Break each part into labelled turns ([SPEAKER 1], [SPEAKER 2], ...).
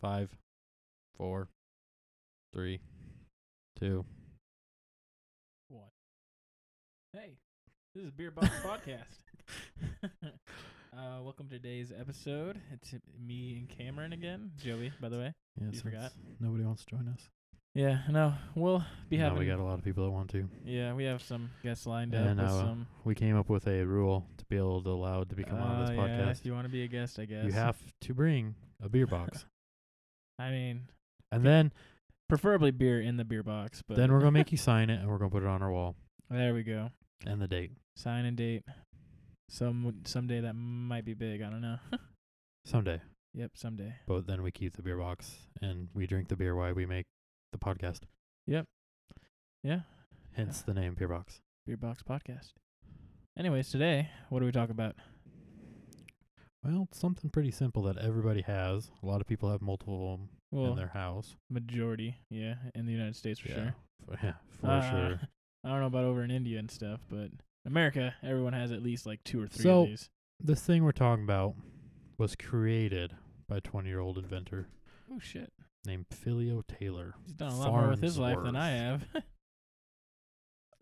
[SPEAKER 1] Five, four, three, two.
[SPEAKER 2] What? Hey, this is Beer Box Podcast. uh, welcome to today's episode. It's me and Cameron again. Joey, by the way.
[SPEAKER 1] Yeah,
[SPEAKER 2] You forgot?
[SPEAKER 1] since Nobody wants to join us.
[SPEAKER 2] Yeah, no, we'll be
[SPEAKER 1] now
[SPEAKER 2] having.
[SPEAKER 1] we got a lot of people that want to.
[SPEAKER 2] yeah, we have some guests lined
[SPEAKER 1] Yeah,
[SPEAKER 2] up
[SPEAKER 1] no,
[SPEAKER 2] with
[SPEAKER 1] uh,
[SPEAKER 2] some.
[SPEAKER 1] We came up with a rule to be able to allow to become on this
[SPEAKER 2] Uh, Yeah,
[SPEAKER 1] podcast.
[SPEAKER 2] if you want to be a guest, I guess.
[SPEAKER 1] you have to bring a beer box,
[SPEAKER 2] I mean,
[SPEAKER 1] and then
[SPEAKER 2] preferably beer in the beer box, but
[SPEAKER 1] then we're gonna make you sign it, and we're gonna put it on our wall
[SPEAKER 2] there we go.
[SPEAKER 1] and the date.
[SPEAKER 2] Sign and date. Some someday that might be big. I don't know.
[SPEAKER 1] Someday.
[SPEAKER 2] yep, someday.
[SPEAKER 1] But then we keep the beer box and we drink the beer while we make the podcast.
[SPEAKER 2] Yeah,
[SPEAKER 1] Hence the name Beer Box.
[SPEAKER 2] Beer Box Podcast. Anyways, today, what do we talk about?
[SPEAKER 1] Well, it's something pretty simple that everybody has. A lot of people have multiple in
[SPEAKER 2] Well,
[SPEAKER 1] their house.
[SPEAKER 2] majority, yeah, in the United States for sure.
[SPEAKER 1] For, yeah, for
[SPEAKER 2] Uh,
[SPEAKER 1] sure.
[SPEAKER 2] I don't know about over in India and stuff, but America, everyone has at least like two or three
[SPEAKER 1] So-
[SPEAKER 2] of these.
[SPEAKER 1] This thing we're talking about was created by a 20 year old inventor
[SPEAKER 2] Oh shit,
[SPEAKER 1] named Philio Taylor.
[SPEAKER 2] he's done a lot more with his life than I have.
[SPEAKER 1] Farnsworth.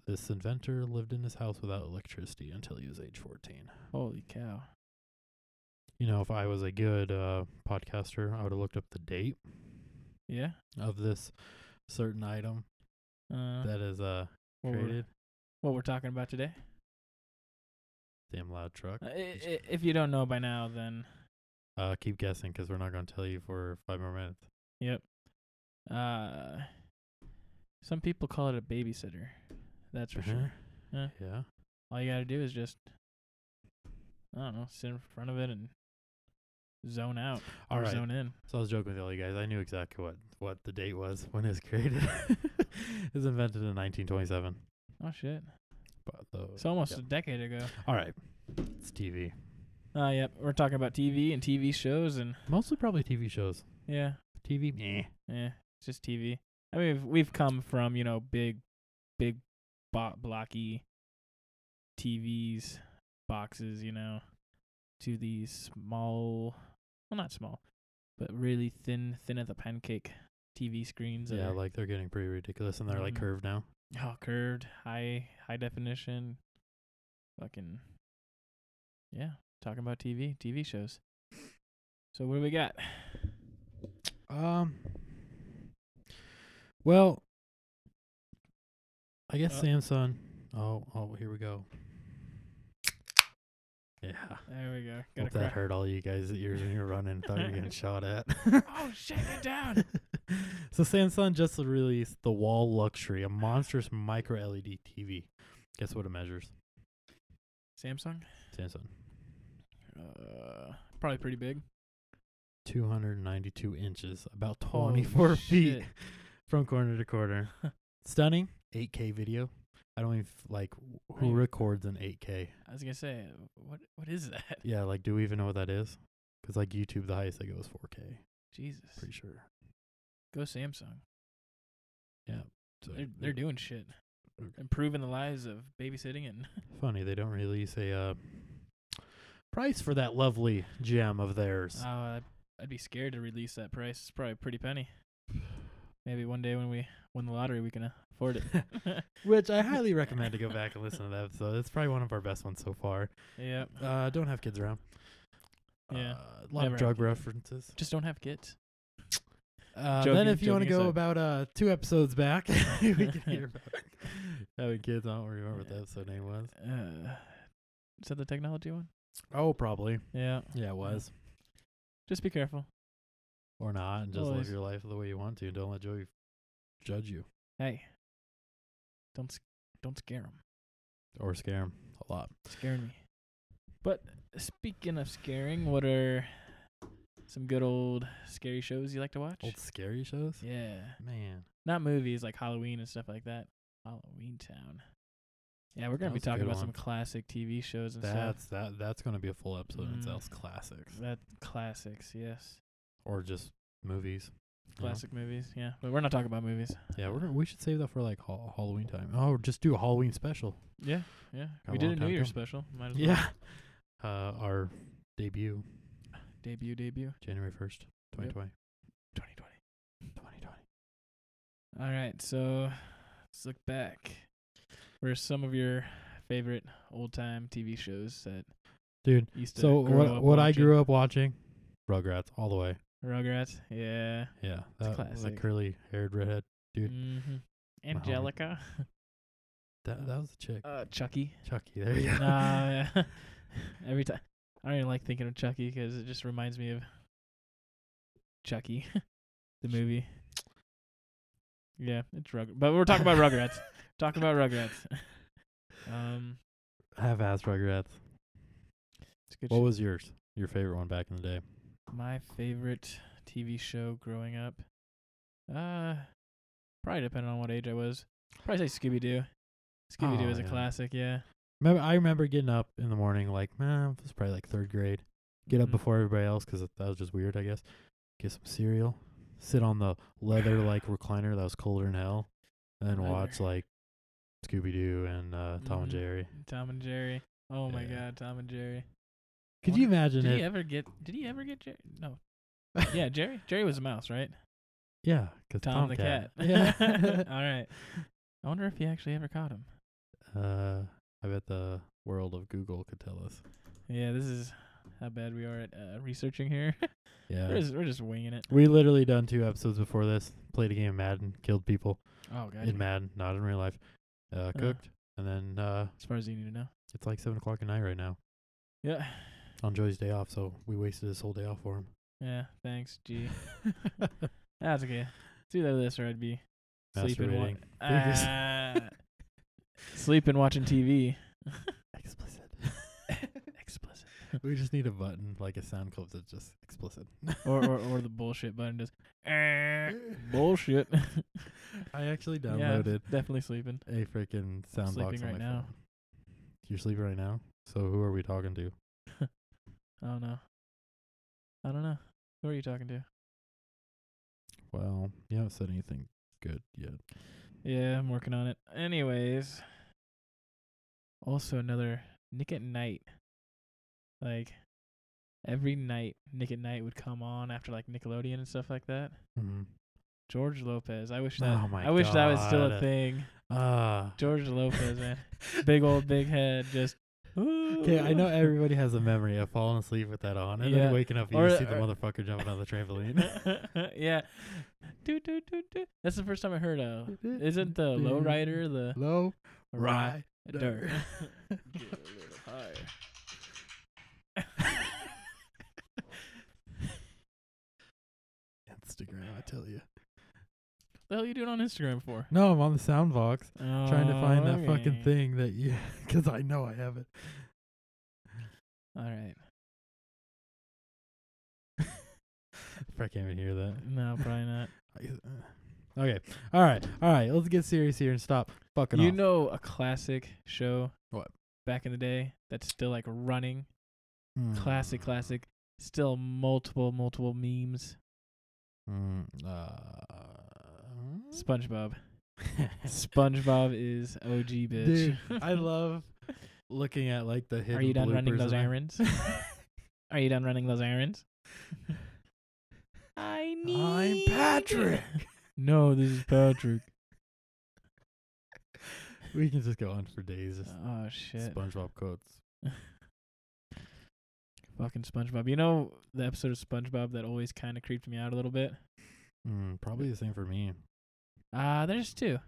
[SPEAKER 1] This inventor lived in his house without electricity until he was age 14.
[SPEAKER 2] Holy cow!
[SPEAKER 1] You know, if I was a good uh, podcaster, I would have looked up the date
[SPEAKER 2] Yeah.
[SPEAKER 1] of this certain item
[SPEAKER 2] Uh,
[SPEAKER 1] that is uh,
[SPEAKER 2] what, we're,
[SPEAKER 1] created.
[SPEAKER 2] what we're talking about today.
[SPEAKER 1] Damn loud truck.
[SPEAKER 2] Uh, i- i- if you don't know by now, then
[SPEAKER 1] Uh, keep guessing 'cause we're not going to tell you for five more minutes.
[SPEAKER 2] yep. Uh, some people call it a babysitter. That's for
[SPEAKER 1] Uh-huh.
[SPEAKER 2] sure. Yeah.
[SPEAKER 1] Yeah.
[SPEAKER 2] All you gotta do is just, I don't know, sit in front of it and zone out
[SPEAKER 1] All
[SPEAKER 2] or
[SPEAKER 1] right.
[SPEAKER 2] zone in.
[SPEAKER 1] So I was joking with all you guys. I knew exactly what, what the date was when it was created. it was invented in 1927.
[SPEAKER 2] Oh shit!
[SPEAKER 1] But the,
[SPEAKER 2] It's almost
[SPEAKER 1] Yep.
[SPEAKER 2] a decade ago.
[SPEAKER 1] all right. It's TV.
[SPEAKER 2] Uh, yep. We're talking about TV and TV shows and
[SPEAKER 1] Mostly probably TV shows.
[SPEAKER 2] yeah,
[SPEAKER 1] TV? Meh.
[SPEAKER 2] yeah, it's just TV. I mean, we've, we've come from you know big, big, bo- blocky TVs, boxes, you know, to these small, well, not small, but really thin, thin as a pancake TV screens. that
[SPEAKER 1] Yeah,
[SPEAKER 2] are-
[SPEAKER 1] like they're getting pretty ridiculous and they're like
[SPEAKER 2] Mhm.
[SPEAKER 1] curved now.
[SPEAKER 2] Oh, curved, high high definition. Fucking Yeah, talking about TV, TV shows. So what do we got?
[SPEAKER 1] Um. Well, I guess
[SPEAKER 2] Uh,
[SPEAKER 1] Samsung. Oh, oh, here we go. Yeah.
[SPEAKER 2] There we go. Got
[SPEAKER 1] Hope that hurt all you guys' ears when you're running. Thought you were getting shot at.
[SPEAKER 2] Oh shit, get down.
[SPEAKER 1] so Samsung just released the Wall Luxury, a monstrous micro E LED TV. Guess what it measures?
[SPEAKER 2] Samsung?
[SPEAKER 1] Samsung.
[SPEAKER 2] Uh probably pretty big.
[SPEAKER 1] 292 inches, about
[SPEAKER 2] Holy
[SPEAKER 1] 24 feet
[SPEAKER 2] shit.
[SPEAKER 1] from corner to corner. Stunning 8K video. I don't even f- like wh- who
[SPEAKER 2] Right.
[SPEAKER 1] records an 8K.
[SPEAKER 2] I was gonna say what what is that?
[SPEAKER 1] Yeah, like do we even know what that is? Because like YouTube, the highest they go is 4K.
[SPEAKER 2] Jesus.
[SPEAKER 1] Pretty sure.
[SPEAKER 2] Go Samsung.
[SPEAKER 1] So
[SPEAKER 2] They're they're doing shit. Improving the lives of babysitting and
[SPEAKER 1] Funny, they don't release a uh, price for that lovely gem of theirs.
[SPEAKER 2] Oh, I'd, I'd be scared to release that price. It's probably a pretty penny. Maybe one day when we win the lottery, we can afford it.
[SPEAKER 1] which I highly recommend to go back and listen to that episode. It's probably one of our best ones so far.
[SPEAKER 2] yep.
[SPEAKER 1] Uh, don't have kids around.
[SPEAKER 2] Yeah,
[SPEAKER 1] Uh, a lot
[SPEAKER 2] never
[SPEAKER 1] of
[SPEAKER 2] have
[SPEAKER 1] drug
[SPEAKER 2] kids.
[SPEAKER 1] references.
[SPEAKER 2] Just don't have kids.
[SPEAKER 1] Uh,
[SPEAKER 2] Joking,
[SPEAKER 1] then, if you want to
[SPEAKER 2] joking
[SPEAKER 1] go
[SPEAKER 2] aside.
[SPEAKER 1] about uh, two episodes back, we can hear about having kids. I don't remember what the
[SPEAKER 2] Yeah.
[SPEAKER 1] episode name was.
[SPEAKER 2] Uh, is that the technology one?
[SPEAKER 1] Oh, probably.
[SPEAKER 2] Yeah.
[SPEAKER 1] Yeah, it was.
[SPEAKER 2] Just be careful.
[SPEAKER 1] Or not, and just live
[SPEAKER 2] Always.
[SPEAKER 1] your life the way you want to. Don't let Joey judge you
[SPEAKER 2] Hey, don't s- don't scare them.
[SPEAKER 1] or scare him a lot.
[SPEAKER 2] Scaring me. But speaking of scaring, what are some good old scary shows you like to watch?
[SPEAKER 1] Old scary shows?
[SPEAKER 2] Yeah.
[SPEAKER 1] Man.
[SPEAKER 2] not movies like Halloween and stuff like that. Halloween Town. Yeah, we're
[SPEAKER 1] That was
[SPEAKER 2] gonna be
[SPEAKER 1] a good
[SPEAKER 2] talking about
[SPEAKER 1] one.
[SPEAKER 2] some classic TV shows and stuff.
[SPEAKER 1] That's that. That's going to be a full episode in
[SPEAKER 2] Mm.
[SPEAKER 1] itself. Classics
[SPEAKER 2] That classics, yes,
[SPEAKER 1] or just movies. you know?
[SPEAKER 2] classic movies. Yeah, but we're not talking about movies.
[SPEAKER 1] Yeah, we're gonna, we should save that for like ha- Halloween time. Oh, just do a Halloween special.
[SPEAKER 2] Yeah, yeah.
[SPEAKER 1] Got
[SPEAKER 2] we
[SPEAKER 1] a
[SPEAKER 2] did
[SPEAKER 1] long
[SPEAKER 2] a New
[SPEAKER 1] time
[SPEAKER 2] Year's
[SPEAKER 1] coming.
[SPEAKER 2] special. Might as well.
[SPEAKER 1] Yeah. Uh, our debut,
[SPEAKER 2] Debut, debut.
[SPEAKER 1] January first, twenty twenty.
[SPEAKER 2] All right, so let's look back. What are some of your favorite old time TV shows that
[SPEAKER 1] Dude,
[SPEAKER 2] used to?
[SPEAKER 1] So
[SPEAKER 2] grow
[SPEAKER 1] what
[SPEAKER 2] up
[SPEAKER 1] what I
[SPEAKER 2] watching?
[SPEAKER 1] grew up watching, Rugrats all the way.
[SPEAKER 2] Rugrats, yeah,
[SPEAKER 1] Yeah,
[SPEAKER 2] It's a
[SPEAKER 1] that, the
[SPEAKER 2] classic.
[SPEAKER 1] curly haired redhead. Dude.
[SPEAKER 2] hmm Angelica,
[SPEAKER 1] That that was a chick.
[SPEAKER 2] uh, Chucky.
[SPEAKER 1] Chucky. There you go.
[SPEAKER 2] Nah, yeah. every time I don't even like thinking of Chucky because it just reminds me of Chucky, the movie. Yeah, it's Rug, but we're talking about Rugrats. talking about Rugrats. Um,
[SPEAKER 1] Half ass Rugrats.
[SPEAKER 2] it's a good.
[SPEAKER 1] What
[SPEAKER 2] show.
[SPEAKER 1] was yours? Your favorite one back in the day?
[SPEAKER 2] My favorite TV show growing up, uh, probably depending on what age I was. Probably say Scooby Doo. Scooby Doo
[SPEAKER 1] Oh,
[SPEAKER 2] is a
[SPEAKER 1] yeah.
[SPEAKER 2] classic, yeah.
[SPEAKER 1] Remember, I remember getting up in the morning, like, man, it was probably like third grade. Get up
[SPEAKER 2] Mhm.
[SPEAKER 1] before everybody else 'cause because that was just weird, I guess. Get some cereal, sit on the leather like recliner that was colder than hell, and then
[SPEAKER 2] Leather.
[SPEAKER 1] watch like Scooby Doo and uh, Tom
[SPEAKER 2] Mhm.
[SPEAKER 1] and Jerry.
[SPEAKER 2] Tom and Jerry. Oh my
[SPEAKER 1] Yeah.
[SPEAKER 2] God, Tom and Jerry.
[SPEAKER 1] Could you
[SPEAKER 2] Wonder-
[SPEAKER 1] imagine
[SPEAKER 2] Did
[SPEAKER 1] it?
[SPEAKER 2] he ever get? Did he ever get Jerry? No. yeah, Jerry. Jerry was a mouse, right?
[SPEAKER 1] Yeah, because
[SPEAKER 2] Tom, the cat.
[SPEAKER 1] Yeah.
[SPEAKER 2] All right. I wonder if he actually ever caught him.
[SPEAKER 1] uh, I bet the world of Google could tell us.
[SPEAKER 2] Yeah, this is how bad we are at uh, researching here. we're
[SPEAKER 1] Yeah.
[SPEAKER 2] just we're just winging it.
[SPEAKER 1] We literally done two episodes before this. Played a game of Madden, killed people
[SPEAKER 2] Oh God.
[SPEAKER 1] in Madden, not in real life. Uh, cooked, and then uh,
[SPEAKER 2] As far as you need to know.
[SPEAKER 1] it's like seven o'clock at night right now
[SPEAKER 2] Yeah.
[SPEAKER 1] on Joey's day off. So we wasted his whole day off for him.
[SPEAKER 2] Yeah. Thanks, G. That's okay. It's either this or I'd be sleeping.
[SPEAKER 1] Masturbating.
[SPEAKER 2] Wa- Ah. sleeping watching TV.
[SPEAKER 1] explicit.
[SPEAKER 2] Explicit.
[SPEAKER 1] we just need a button like a sound clip that's just explicit.
[SPEAKER 2] Or or or the bullshit button just. "Eh, bullshit.
[SPEAKER 1] I actually
[SPEAKER 2] Yeah,
[SPEAKER 1] downloaded
[SPEAKER 2] definitely sleeping.
[SPEAKER 1] a freaking sound box
[SPEAKER 2] Sleeping
[SPEAKER 1] on my
[SPEAKER 2] right now.
[SPEAKER 1] phone. You're sleeping right now. So who are we talking to?
[SPEAKER 2] I don't know. I don't know. Who are you talking to?
[SPEAKER 1] Well, you haven't said anything good yet.
[SPEAKER 2] Yeah, I'm working on it. Anyways, also another Nick at Night. Like every night, Nick at Night would come on after like Nickelodeon and stuff like that.
[SPEAKER 1] Mm.
[SPEAKER 2] George Lopez. I wish that.
[SPEAKER 1] Oh my
[SPEAKER 2] I wish that was still a
[SPEAKER 1] God.
[SPEAKER 2] thing.
[SPEAKER 1] Ah.
[SPEAKER 2] George Lopez, man, big old big head, just.
[SPEAKER 1] Okay, I know everybody has a memory of falling asleep with that on, and
[SPEAKER 2] Yeah.
[SPEAKER 1] then waking up, you
[SPEAKER 2] Or-
[SPEAKER 1] just see the
[SPEAKER 2] or-
[SPEAKER 1] motherfucker jumping on the trampoline.
[SPEAKER 2] yeah. Do do do do. That's the first time I heard of. Isn't the lowrider the
[SPEAKER 1] low
[SPEAKER 2] Right.
[SPEAKER 1] rider?
[SPEAKER 2] Get a little higher.
[SPEAKER 1] Instagram, I tell you.
[SPEAKER 2] the hell you doing on Instagram for?
[SPEAKER 1] No, I'm on the soundbox trying to find that fucking
[SPEAKER 2] Okay.
[SPEAKER 1] thing that you, because I know I have it.
[SPEAKER 2] All right.
[SPEAKER 1] If I can't even hear that.
[SPEAKER 2] No, probably not.
[SPEAKER 1] I- Okay. All right. All right. Let's get serious here and stop fucking
[SPEAKER 2] you
[SPEAKER 1] off.
[SPEAKER 2] know a classic show.
[SPEAKER 1] What?
[SPEAKER 2] Back in the day, that's still like running.
[SPEAKER 1] Mm.
[SPEAKER 2] Classic, classic. Still multiple, multiple memes.
[SPEAKER 1] Mm, uh, Mm.
[SPEAKER 2] SpongeBob. SpongeBob is OG bitch.
[SPEAKER 1] Dude, I love looking at like the hidden.
[SPEAKER 2] Are you done running
[SPEAKER 1] bloopers
[SPEAKER 2] those
[SPEAKER 1] and-
[SPEAKER 2] errands? Are you done running those errands? I
[SPEAKER 1] I'm Patrick.
[SPEAKER 2] No, this is Patrick.
[SPEAKER 1] we can just go on for days. Just
[SPEAKER 2] oh shit.
[SPEAKER 1] SpongeBob quotes.
[SPEAKER 2] Fucking SpongeBob. You know the episode of SpongeBob that always kind of creeped me out a little bit?
[SPEAKER 1] Mm, probably the same for me.
[SPEAKER 2] Uh, there's two.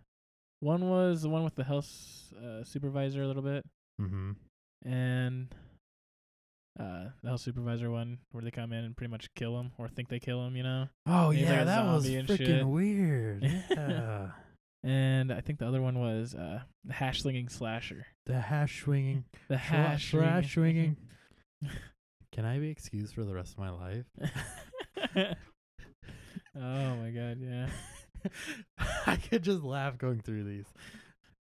[SPEAKER 2] One was the one with the health uh, supervisor a little bit,
[SPEAKER 1] Mm-hmm.
[SPEAKER 2] and uh, the health supervisor one where they come in and pretty much kill him or think they kill him, you know?
[SPEAKER 1] Oh
[SPEAKER 2] He's like
[SPEAKER 1] yeah,
[SPEAKER 2] a
[SPEAKER 1] that was
[SPEAKER 2] zombie and
[SPEAKER 1] freaking
[SPEAKER 2] shit.
[SPEAKER 1] weird. Yeah.
[SPEAKER 2] And I think the other one was uh, the hash slinging slasher.
[SPEAKER 1] the hash swinging,
[SPEAKER 2] The hash
[SPEAKER 1] hash swinging. Can I be excused for the rest of my life?
[SPEAKER 2] oh my god, yeah.
[SPEAKER 1] I could just laugh going through these.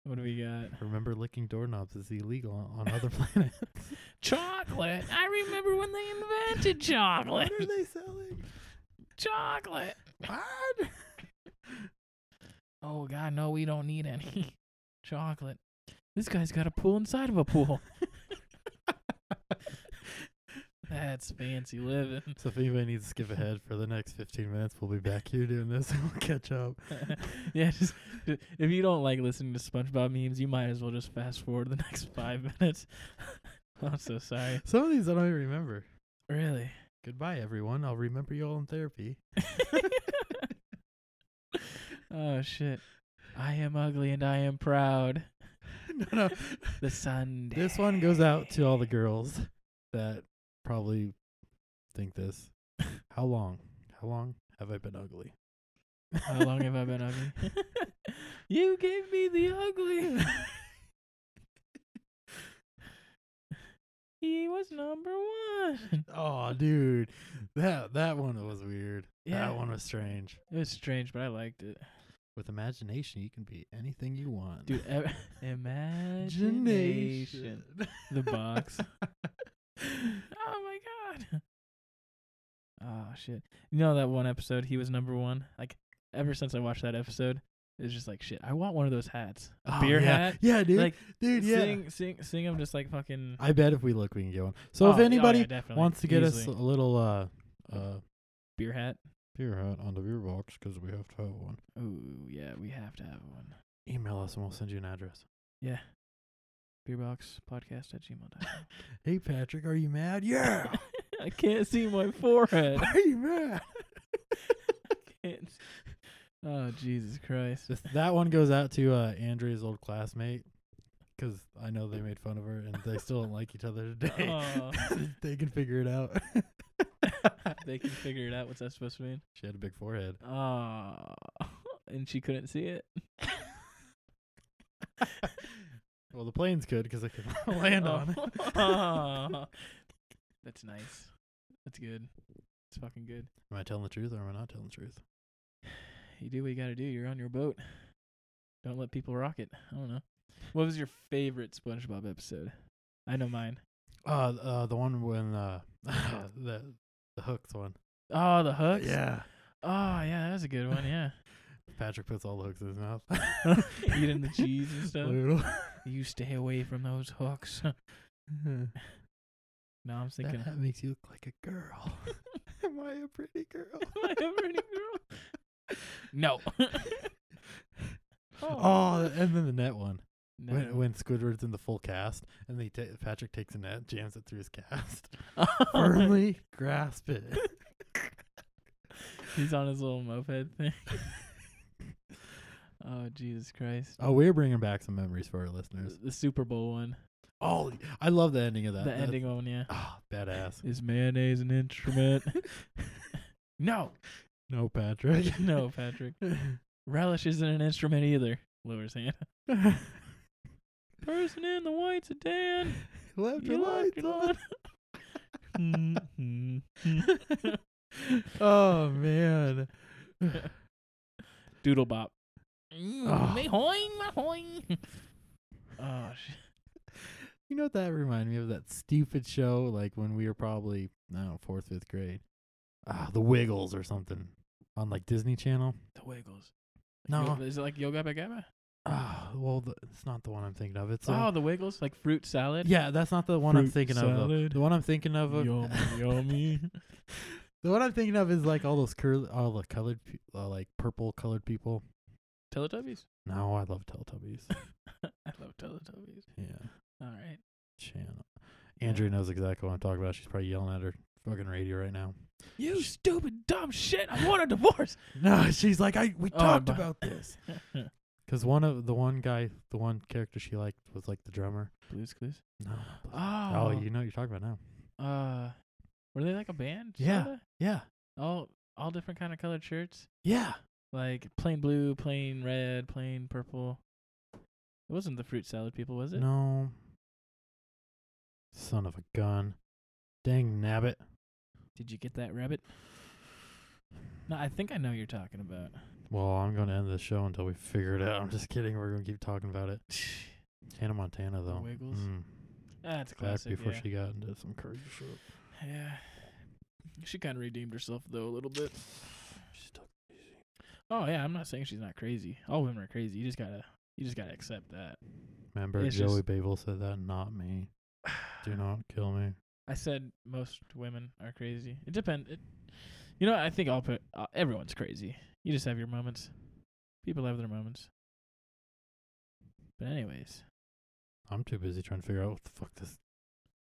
[SPEAKER 2] What do we got?
[SPEAKER 1] Remember, licking doorknobs is illegal on, on other planets.
[SPEAKER 2] Chocolate. I remember when they invented chocolate.
[SPEAKER 1] what are they selling?
[SPEAKER 2] Chocolate.
[SPEAKER 1] What?
[SPEAKER 2] Oh god, no, we don't need any chocolate. This guy's got a pool inside of a pool. That's fancy living.
[SPEAKER 1] So if anybody needs to skip ahead for the next 15 minutes, we'll be back here doing this and we'll catch up.
[SPEAKER 2] yeah, just if you don't like listening to SpongeBob memes, you might as well just fast forward the next five minutes. I'm so sorry.
[SPEAKER 1] Some of these I don't even remember.
[SPEAKER 2] Really?
[SPEAKER 1] Goodbye, everyone. I'll remember you all in therapy.
[SPEAKER 2] Oh shit. I am ugly and I am proud.
[SPEAKER 1] no, no.
[SPEAKER 2] The sun.
[SPEAKER 1] This one goes out to all the girls that probably think this. How long? How long have I been ugly?
[SPEAKER 2] How long have I been ugly? you gave me the ugly. he was number one.
[SPEAKER 1] Oh, dude, that that one was weird.
[SPEAKER 2] Yeah.
[SPEAKER 1] That one was strange.
[SPEAKER 2] It was strange, but I liked it.
[SPEAKER 1] With imagination, you can be anything you want.
[SPEAKER 2] Dude, ev- imagination. The box. oh my god. Oh shit. You know that one episode he was number one? Like ever since I watched that episode, it's just like shit. I want one of those hats. A
[SPEAKER 1] Oh,
[SPEAKER 2] beer
[SPEAKER 1] yeah.
[SPEAKER 2] hat.
[SPEAKER 1] Yeah, dude.
[SPEAKER 2] Like
[SPEAKER 1] dude, yeah.
[SPEAKER 2] Sing sing sing him just like fucking
[SPEAKER 1] I bet if we look, we can get one. So
[SPEAKER 2] Oh,
[SPEAKER 1] if
[SPEAKER 2] yeah, oh,
[SPEAKER 1] anybody
[SPEAKER 2] yeah, definitely.
[SPEAKER 1] wants to get us
[SPEAKER 2] Easily.
[SPEAKER 1] a little uh uh
[SPEAKER 2] beer hat.
[SPEAKER 1] beer hat on the beer box, because we have to have one.
[SPEAKER 2] Ooh, yeah, we have to have one.
[SPEAKER 1] Email us and we'll send you an address.
[SPEAKER 2] Yeah. Beerboxpodcast at gmail.com.
[SPEAKER 1] Hey Patrick, are you mad? Yeah.
[SPEAKER 2] I can't see my forehead.
[SPEAKER 1] Why are you mad?
[SPEAKER 2] Can't see- oh Jesus Christ.
[SPEAKER 1] Just that one goes out to uh, Andrea's old classmate because I know they made fun of her and they still don't like each other today.
[SPEAKER 2] Aw.
[SPEAKER 1] they can figure it out.
[SPEAKER 2] they can figure it out. What's that supposed to mean?
[SPEAKER 1] She had a big forehead.
[SPEAKER 2] Oh, and she couldn't see it.
[SPEAKER 1] Well, the planes could because they could land on it.
[SPEAKER 2] Aw. That's nice. That's good. It's fucking good.
[SPEAKER 1] Am I telling the truth or am I not telling the truth?
[SPEAKER 2] You do what you gotta do. You're on your boat. Don't let people rock it. I don't know. What was your favorite SpongeBob episode? I know mine.
[SPEAKER 1] Uh, th- uh the one when uh the the hooks one.
[SPEAKER 2] Oh, the hooks.
[SPEAKER 1] Yeah.
[SPEAKER 2] Oh, yeah, that was a good one. Yeah.
[SPEAKER 1] Patrick puts all the hooks in his mouth.
[SPEAKER 2] Eating the cheese and stuff.
[SPEAKER 1] Brutal.
[SPEAKER 2] You stay away from those hooks. no, I'm
[SPEAKER 1] that
[SPEAKER 2] thinking.
[SPEAKER 1] hat makes you look like a girl. Am I a pretty girl?
[SPEAKER 2] Am I ever any girl? No.
[SPEAKER 1] Oh, and then the net one.
[SPEAKER 2] No.
[SPEAKER 1] When, when Squidward's in the full cast and they ta Patrick takes a net, jams it through his cast, firmly grasp it.
[SPEAKER 2] He's on his little moped thing. oh Jesus Christ!
[SPEAKER 1] Oh, we're bringing back some memories for our listeners.
[SPEAKER 2] The, the Super Bowl one,
[SPEAKER 1] Oh, I love the ending of that.
[SPEAKER 2] the
[SPEAKER 1] That's-
[SPEAKER 2] ending one, yeah.
[SPEAKER 1] Ah, badass.
[SPEAKER 2] Is mayonnaise an instrument? no,
[SPEAKER 1] No, Patrick.
[SPEAKER 2] no, Patrick. Relish isn't an instrument either. Lowers hand. Person in the white's a Dan.
[SPEAKER 1] Left Mm.
[SPEAKER 2] You
[SPEAKER 1] your
[SPEAKER 2] like
[SPEAKER 1] lights
[SPEAKER 2] it
[SPEAKER 1] on.
[SPEAKER 2] on.
[SPEAKER 1] Oh man.
[SPEAKER 2] Doodle bop.
[SPEAKER 1] Oh.
[SPEAKER 2] Me hoing, Mm, my hoing. Oh shit.
[SPEAKER 1] You know what that reminded me of? That stupid show, like when we were probably I don't know fourth, fifth grade. Ah, The Wiggles or something on like Disney Channel.
[SPEAKER 2] The Wiggles.
[SPEAKER 1] No,
[SPEAKER 2] Yo- is it like Yo Gabba Gabba?
[SPEAKER 1] ah, well, the, it's not the one I'm thinking of. It's
[SPEAKER 2] oh,
[SPEAKER 1] uh,
[SPEAKER 2] the Wiggles, like fruit salad.
[SPEAKER 1] yeah, that's not the one I'm
[SPEAKER 2] Fruit
[SPEAKER 1] thinking of. Though.
[SPEAKER 2] salad.
[SPEAKER 1] The one I'm thinking of. uh,
[SPEAKER 2] Yummy, yummy.
[SPEAKER 1] the one I'm thinking of is like all those curly, all the colored, pe- uh, like purple colored people.
[SPEAKER 2] Teletubbies.
[SPEAKER 1] No, I love Teletubbies.
[SPEAKER 2] I love Teletubbies.
[SPEAKER 1] yeah,
[SPEAKER 2] All right.
[SPEAKER 1] channel. Andrea knows exactly what I'm talking about. She's probably yelling at her fucking radio right now.
[SPEAKER 2] You stupid dumb shit! I want a divorce.
[SPEAKER 1] No, she's like, I we
[SPEAKER 2] Oh,
[SPEAKER 1] talked
[SPEAKER 2] bu-
[SPEAKER 1] about this. Cause one of the one guy, the one character she liked was like the drummer.
[SPEAKER 2] Blues Clues.
[SPEAKER 1] No.
[SPEAKER 2] Oh.
[SPEAKER 1] Oh, you know what you're talking about now.
[SPEAKER 2] Uh, were they like a band?
[SPEAKER 1] Yeah.
[SPEAKER 2] sorta?
[SPEAKER 1] Yeah,
[SPEAKER 2] All all different kind of colored shirts,
[SPEAKER 1] yeah.
[SPEAKER 2] like plain blue, plain red, plain purple. It wasn't the fruit salad people, was it?
[SPEAKER 1] No. Son of a gun. Dang nabbit.
[SPEAKER 2] Did you get that rabbit? No, I think I know you're talking about.
[SPEAKER 1] Well, I'm gonna end this show until we figure it out. I'm just kidding. We're gonna keep talking about it. Hannah Montana, though.
[SPEAKER 2] Wiggles?
[SPEAKER 1] Mm.
[SPEAKER 2] That's a
[SPEAKER 1] Back
[SPEAKER 2] classic.
[SPEAKER 1] before
[SPEAKER 2] yeah.
[SPEAKER 1] she got into some crazy shit.
[SPEAKER 2] Yeah. She kind of redeemed herself though a little bit.
[SPEAKER 1] She took it easy.
[SPEAKER 2] Oh yeah, I'm not saying she's not crazy. All women are crazy. You just gotta, you just gotta accept that.
[SPEAKER 1] Remember,
[SPEAKER 2] It's
[SPEAKER 1] Joey
[SPEAKER 2] just-
[SPEAKER 1] Babel said that, not me. Do not kill me.
[SPEAKER 2] I said most women are crazy. It depends. It, you know, I think all put uh, everyone's crazy. You just have your moments. People have their moments. But anyways,
[SPEAKER 1] I'm too busy trying to figure out what the fuck this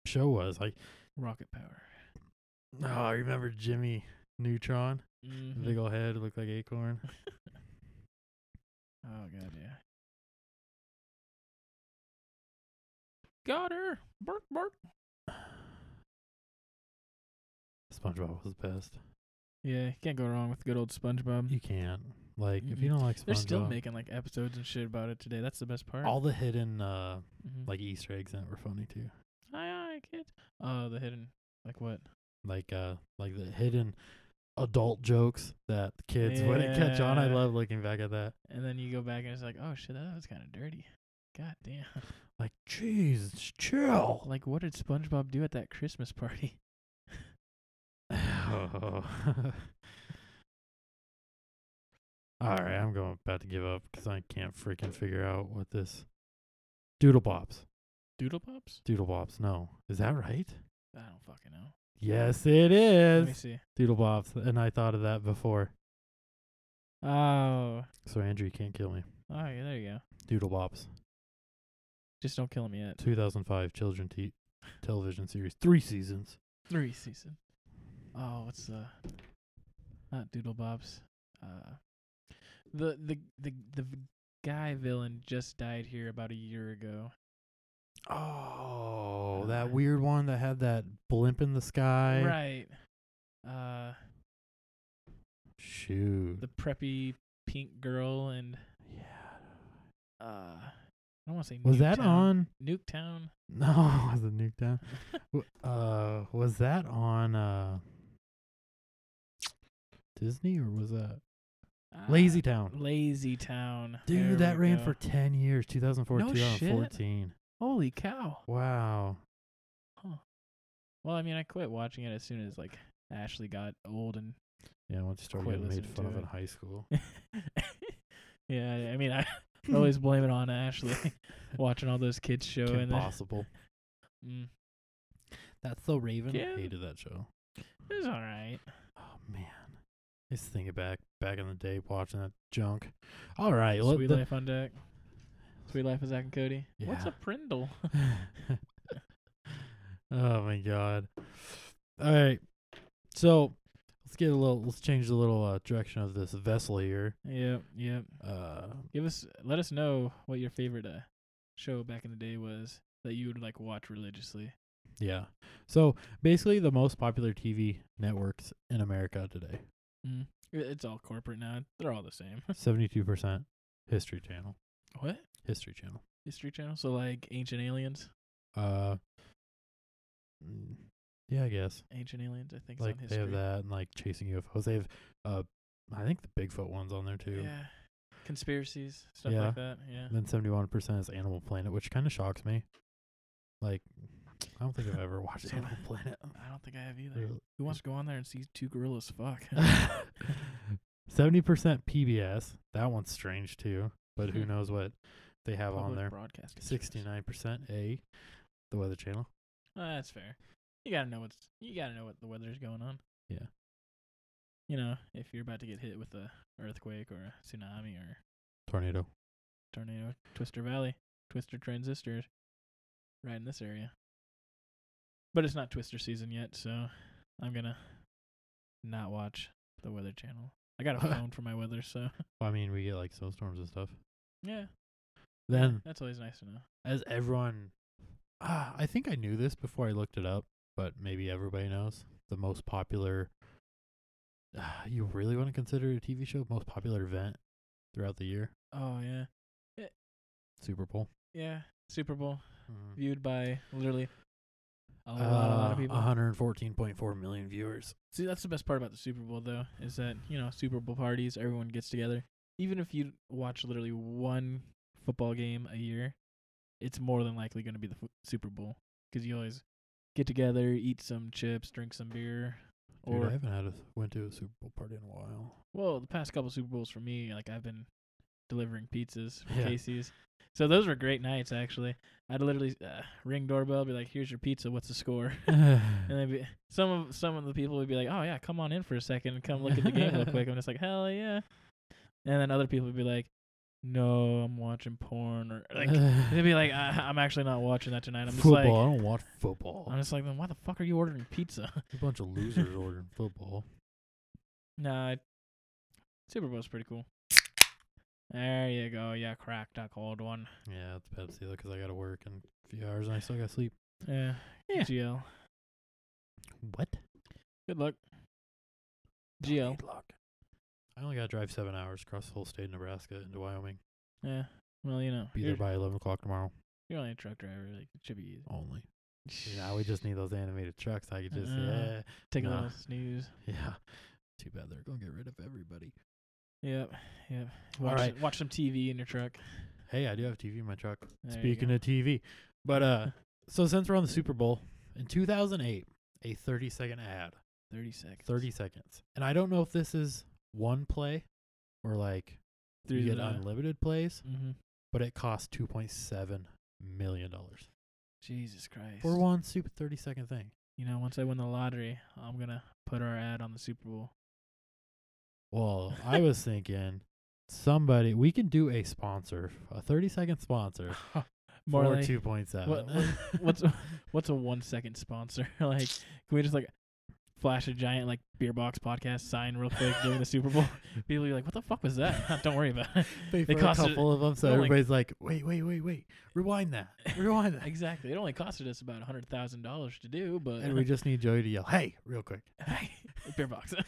[SPEAKER 1] show was. Like,
[SPEAKER 2] rocket power.
[SPEAKER 1] oh, I remember Jimmy Neutron, The
[SPEAKER 2] Mhm.
[SPEAKER 1] big old head, looked like acorn.
[SPEAKER 2] Oh god, yeah. Got her. Bark bark.
[SPEAKER 1] SpongeBob was the best.
[SPEAKER 2] Yeah, you can't go wrong with good old SpongeBob.
[SPEAKER 1] You can't like if you
[SPEAKER 2] Mm-mm.
[SPEAKER 1] don't like SpongeBob.
[SPEAKER 2] Mm-hmm. They're still making like episodes and shit about it today. That's the best part.
[SPEAKER 1] all the hidden uh
[SPEAKER 2] Mhm.
[SPEAKER 1] like Easter eggs that were funny too.
[SPEAKER 2] aye aye kid. Oh, the hidden like what?
[SPEAKER 1] Like uh like the hidden adult jokes that the kids wouldn't catch on. I
[SPEAKER 2] Yeah.
[SPEAKER 1] love looking back at that.
[SPEAKER 2] And then you go back and it's like, oh shit, that was kind of dirty. God damn.
[SPEAKER 1] Like, jeez, chill.
[SPEAKER 2] Like, what did SpongeBob do at that Christmas party?
[SPEAKER 1] All right, I'm going about to give up 'cause I can't freaking figure out what this Doodle Bops.
[SPEAKER 2] Doodle pops?
[SPEAKER 1] Doodle Bops. No, is that right?
[SPEAKER 2] I don't fucking know.
[SPEAKER 1] Yes, it
[SPEAKER 2] Let me
[SPEAKER 1] is.
[SPEAKER 2] see.
[SPEAKER 1] Doodle Bops, and I thought of that before.
[SPEAKER 2] Oh, oh
[SPEAKER 1] So Andrew, you can't kill me.
[SPEAKER 2] yeah, there you go.
[SPEAKER 1] Doodle Bops,
[SPEAKER 2] Just don't kill him yet.
[SPEAKER 1] 2005 children te- television series, three seasons.
[SPEAKER 2] Three season. Oh, what's the not Doodle Bob's? Uh, the the the the v- guy villain just died here about a year ago.
[SPEAKER 1] Oh, that
[SPEAKER 2] God.
[SPEAKER 1] weird one that had that blimp in the sky.
[SPEAKER 2] right. Uh,
[SPEAKER 1] Shoot.
[SPEAKER 2] the preppy pink girl and
[SPEAKER 1] yeah.
[SPEAKER 2] uh, I don't want to say.
[SPEAKER 1] Was that
[SPEAKER 2] Nuketown-
[SPEAKER 1] on?
[SPEAKER 2] Nuketown?
[SPEAKER 1] No, was it Nuketown? W- uh, was that on uh Disney or was that
[SPEAKER 2] Ah,
[SPEAKER 1] Lazy Town?
[SPEAKER 2] Lazy Town.
[SPEAKER 1] Dude,
[SPEAKER 2] There
[SPEAKER 1] that
[SPEAKER 2] we
[SPEAKER 1] ran
[SPEAKER 2] go.
[SPEAKER 1] for ten years, 2004,
[SPEAKER 2] No shit.
[SPEAKER 1] 2014.
[SPEAKER 2] holy cow.
[SPEAKER 1] Wow.
[SPEAKER 2] Well, I mean, I quit watching it as soon as like Ashley got old and
[SPEAKER 1] Yeah, once you start
[SPEAKER 2] Quit
[SPEAKER 1] getting made
[SPEAKER 2] listening
[SPEAKER 1] fun
[SPEAKER 2] to
[SPEAKER 1] of
[SPEAKER 2] it.
[SPEAKER 1] in high school.
[SPEAKER 2] yeah, I- I mean, I always blame it on Ashley watching all those kids show
[SPEAKER 1] Kim
[SPEAKER 2] and then,
[SPEAKER 1] Possible.
[SPEAKER 2] mm,
[SPEAKER 1] That's so Raven.
[SPEAKER 2] Kim-
[SPEAKER 1] Hated that show.
[SPEAKER 2] it was all right.
[SPEAKER 1] Oh man. Just thinking back back in the day watching that junk. All right, let
[SPEAKER 2] Sweet
[SPEAKER 1] the-
[SPEAKER 2] Life on Deck. Sweet Life of Zach and Cody. What's
[SPEAKER 1] Yeah.
[SPEAKER 2] a prindle?
[SPEAKER 1] oh my god. All right. So let's get a little let's change the little uh, direction of this vessel here.
[SPEAKER 2] yep, yep.
[SPEAKER 1] Uh
[SPEAKER 2] Give us, let us know what your favorite uh, show back in the day was that you would like watch religiously.
[SPEAKER 1] yeah. So basically the most popular TV networks in America today.
[SPEAKER 2] Mm. I- It's all corporate now. They're all the same.
[SPEAKER 1] 72% History Channel.
[SPEAKER 2] what?
[SPEAKER 1] History Channel.
[SPEAKER 2] History Channel. So like Ancient Aliens.
[SPEAKER 1] Uh mm, Yeah, I guess.
[SPEAKER 2] Ancient Aliens. I think. is on
[SPEAKER 1] Like they
[SPEAKER 2] history.
[SPEAKER 1] have that and like chasing UFOs. They have uh I think the Bigfoot one's on there too.
[SPEAKER 2] Yeah. Conspiracies, stuff
[SPEAKER 1] Yeah.
[SPEAKER 2] like that. Yeah.
[SPEAKER 1] then seventy one percent is Animal Planet, which kind of shocks me. Like, I don't think I've ever watched
[SPEAKER 2] So-
[SPEAKER 1] Animal Planet.
[SPEAKER 2] I don't think I have either.
[SPEAKER 1] Really.
[SPEAKER 2] Who wants to go on there and see two gorillas fuck?
[SPEAKER 1] Seventy percent PBS. That one's strange too, but who
[SPEAKER 2] Hmm.
[SPEAKER 1] knows what they have on
[SPEAKER 2] Public
[SPEAKER 1] there.
[SPEAKER 2] Broadcasting. service.
[SPEAKER 1] Sixty nine percent A, the Weather Channel.
[SPEAKER 2] Ah, that's fair. You gotta know what's you gotta know what the weather's going on.
[SPEAKER 1] Yeah.
[SPEAKER 2] You know, if you're about to get hit with a earthquake or a tsunami or
[SPEAKER 1] Tornado.
[SPEAKER 2] tornado, Twister Valley, Twister transistors, right in this area. But it's not Twister season yet, so I'm gonna not watch the Weather Channel. I got a phone for my weather, so
[SPEAKER 1] Well, I mean, we get like snowstorms and stuff.
[SPEAKER 2] yeah.
[SPEAKER 1] Then,
[SPEAKER 2] That's always nice to know.
[SPEAKER 1] as everyone, ah, I think I knew this before I looked it up, but maybe everybody knows the most popular. Ah, you really want to consider it a TV show most popular event throughout the year?
[SPEAKER 2] Oh yeah,
[SPEAKER 1] Super Bowl.
[SPEAKER 2] yeah. Super Bowl
[SPEAKER 1] Mm-hmm.
[SPEAKER 2] viewed by literally a lot, a lot
[SPEAKER 1] Uh,
[SPEAKER 2] of people.
[SPEAKER 1] 114.4 million viewers.
[SPEAKER 2] See, that's the best part about the Super Bowl though, is that you know Super Bowl parties, everyone gets together. Even if you watch literally one football game a year, it's more than likely going to be the fu- Super Bowl because you always get together, eat some chips, drink some beer,
[SPEAKER 1] Dude,
[SPEAKER 2] or
[SPEAKER 1] I haven't had a went to a Super Bowl party in a while.
[SPEAKER 2] well, the past couple Super Bowls for me, like I've been delivering pizzas from
[SPEAKER 1] Yeah.
[SPEAKER 2] Casey's. So those were great nights, actually. I'd literally uh, ring doorbell, be like, "Here's your pizza. What's the score?" And they'd be, some of some of the people would be like, "Oh yeah, come on in for a second and come look at the game real quick." I'm just like, "Hell yeah!" And then other people would be like, "No, I'm watching porn," or like they'd be like, I, "I'm actually not watching that tonight." I'm just
[SPEAKER 1] football.
[SPEAKER 2] like,
[SPEAKER 1] I don't want football.
[SPEAKER 2] I'm just like, then why the fuck are you ordering pizza?
[SPEAKER 1] a bunch of losers ordering football.
[SPEAKER 2] nah, it- Super Bowl's pretty cool. There you go. Yeah, cracked a cold one.
[SPEAKER 1] Yeah, it's Pepsi though, 'cause I gotta work in a few hours and I still gotta sleep.
[SPEAKER 2] Yeah.
[SPEAKER 1] Yeah.
[SPEAKER 2] GL.
[SPEAKER 1] What?
[SPEAKER 2] Good luck.
[SPEAKER 1] Don't
[SPEAKER 2] GL.
[SPEAKER 1] need luck. I only gotta drive seven hours across the whole state of Nebraska into Wyoming.
[SPEAKER 2] Yeah. Well, you know,
[SPEAKER 1] Be
[SPEAKER 2] you're,
[SPEAKER 1] there by eleven o'clock tomorrow.
[SPEAKER 2] you're only a truck driver. Like, it should be easy.
[SPEAKER 1] Only. Yeah, we just need those animated trucks. I could just
[SPEAKER 2] Uh,
[SPEAKER 1] yeah,
[SPEAKER 2] Take a
[SPEAKER 1] Nah.
[SPEAKER 2] little snooze.
[SPEAKER 1] yeah. Too bad they're gonna get rid of everybody.
[SPEAKER 2] Yep. Yep.
[SPEAKER 1] All
[SPEAKER 2] Watch,
[SPEAKER 1] right.
[SPEAKER 2] watch some TV in your truck.
[SPEAKER 1] Hey, I do have TV in my truck.
[SPEAKER 2] There you
[SPEAKER 1] Speaking
[SPEAKER 2] go.
[SPEAKER 1] of TV, but uh, so since we're on the Super Bowl in 2008, a 30 second ad,
[SPEAKER 2] 30 seconds.
[SPEAKER 1] 30 seconds, and I don't know if this is one play or like
[SPEAKER 2] Through
[SPEAKER 1] you get
[SPEAKER 2] the-
[SPEAKER 1] unlimited plays,
[SPEAKER 2] Mm-hmm.
[SPEAKER 1] but it cost 2.7 million dollars
[SPEAKER 2] Jesus Christ.
[SPEAKER 1] for one super 30 second thing.
[SPEAKER 2] You know, once I win the lottery, I'm going to put our ad on the Super Bowl.
[SPEAKER 1] Well, I was thinking somebody we can do a sponsor, a 30 second sponsor
[SPEAKER 2] More
[SPEAKER 1] for
[SPEAKER 2] like,
[SPEAKER 1] 2.7.
[SPEAKER 2] what- what- what's what's a one second sponsor? like, can we just like flash a giant like beer box podcast sign real quick during the Super Bowl? People be like, "What the fuck was that?" Don't worry about it.
[SPEAKER 1] Pay
[SPEAKER 2] They
[SPEAKER 1] for
[SPEAKER 2] cost
[SPEAKER 1] a
[SPEAKER 2] it-
[SPEAKER 1] couple of them, so
[SPEAKER 2] they're like-
[SPEAKER 1] everybody's like, wait, wait, wait, wait, rewind that, rewind that.
[SPEAKER 2] exactly. It only costed us about a hundred thousand dollars to do, but
[SPEAKER 1] and we just need Joey to yell, "Hey!" real quick.
[SPEAKER 2] beer box.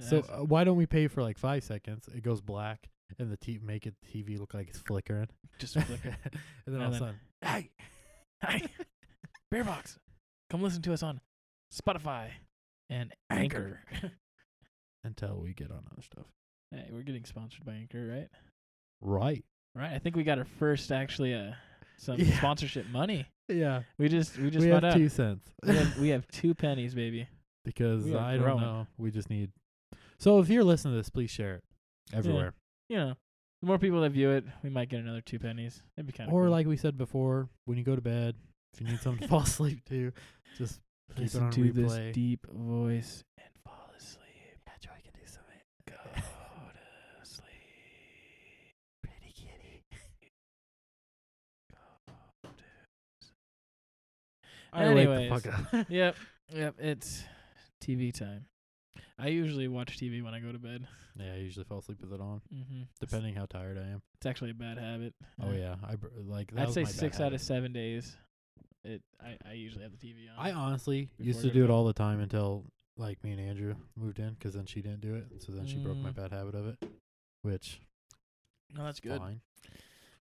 [SPEAKER 1] So
[SPEAKER 2] That's-
[SPEAKER 1] uh, why don't we pay for like five seconds? It goes black, and the t- make it TV look like it's flickering,
[SPEAKER 2] just
[SPEAKER 1] and
[SPEAKER 2] flicker.
[SPEAKER 1] then all
[SPEAKER 2] And
[SPEAKER 1] of a sudden, hey,
[SPEAKER 2] Hey, beer box, come listen to us on Spotify and Anchor.
[SPEAKER 1] Anchor. until we get on other stuff.
[SPEAKER 2] hey, we're getting sponsored by Anchor, right?
[SPEAKER 1] Right?
[SPEAKER 2] Right. I think we got our first actually uh some
[SPEAKER 1] Yeah.
[SPEAKER 2] sponsorship money.
[SPEAKER 1] Yeah.
[SPEAKER 2] We just we just
[SPEAKER 1] We
[SPEAKER 2] found
[SPEAKER 1] have
[SPEAKER 2] out
[SPEAKER 1] two cents
[SPEAKER 2] we, have, we have two pennies, baby.
[SPEAKER 1] because
[SPEAKER 2] we are
[SPEAKER 1] I
[SPEAKER 2] growing.
[SPEAKER 1] don't know. We just need. So if you're listening to this, please share it everywhere.
[SPEAKER 2] You know, the more people that view it, we might get another two pennies. That'd be kind of
[SPEAKER 1] Or
[SPEAKER 2] cool.
[SPEAKER 1] like we said before, when you go to bed, if you need something to fall asleep to, just keep it
[SPEAKER 2] listen
[SPEAKER 1] on
[SPEAKER 2] to
[SPEAKER 1] replay.
[SPEAKER 2] this deep voice and fall asleep.
[SPEAKER 1] yeah, Joey can do something.
[SPEAKER 2] Go to sleep.
[SPEAKER 1] Pretty kitty.
[SPEAKER 2] Go to
[SPEAKER 1] All right, wake
[SPEAKER 2] Anyways.
[SPEAKER 1] the fuck up.
[SPEAKER 2] Yep. Yep. It's TV time. I usually watch TV when I go to bed.
[SPEAKER 1] Yeah, I usually fall asleep with it on,
[SPEAKER 2] Mm-hmm.
[SPEAKER 1] depending how tired I am.
[SPEAKER 2] It's actually a bad habit.
[SPEAKER 1] Oh yeah, I br- like. That
[SPEAKER 2] I'd
[SPEAKER 1] was
[SPEAKER 2] say
[SPEAKER 1] my bad
[SPEAKER 2] six out
[SPEAKER 1] habit.
[SPEAKER 2] of seven days. It. I, I usually have the TV on.
[SPEAKER 1] I um, honestly
[SPEAKER 2] Before
[SPEAKER 1] used
[SPEAKER 2] I
[SPEAKER 1] to
[SPEAKER 2] go to
[SPEAKER 1] do it
[SPEAKER 2] bed.
[SPEAKER 1] all the time until like me and Andrew moved in, because then she didn't do it, so then she broke my
[SPEAKER 2] Mm.
[SPEAKER 1] bad habit of it, which
[SPEAKER 2] no, that's good.
[SPEAKER 1] fine.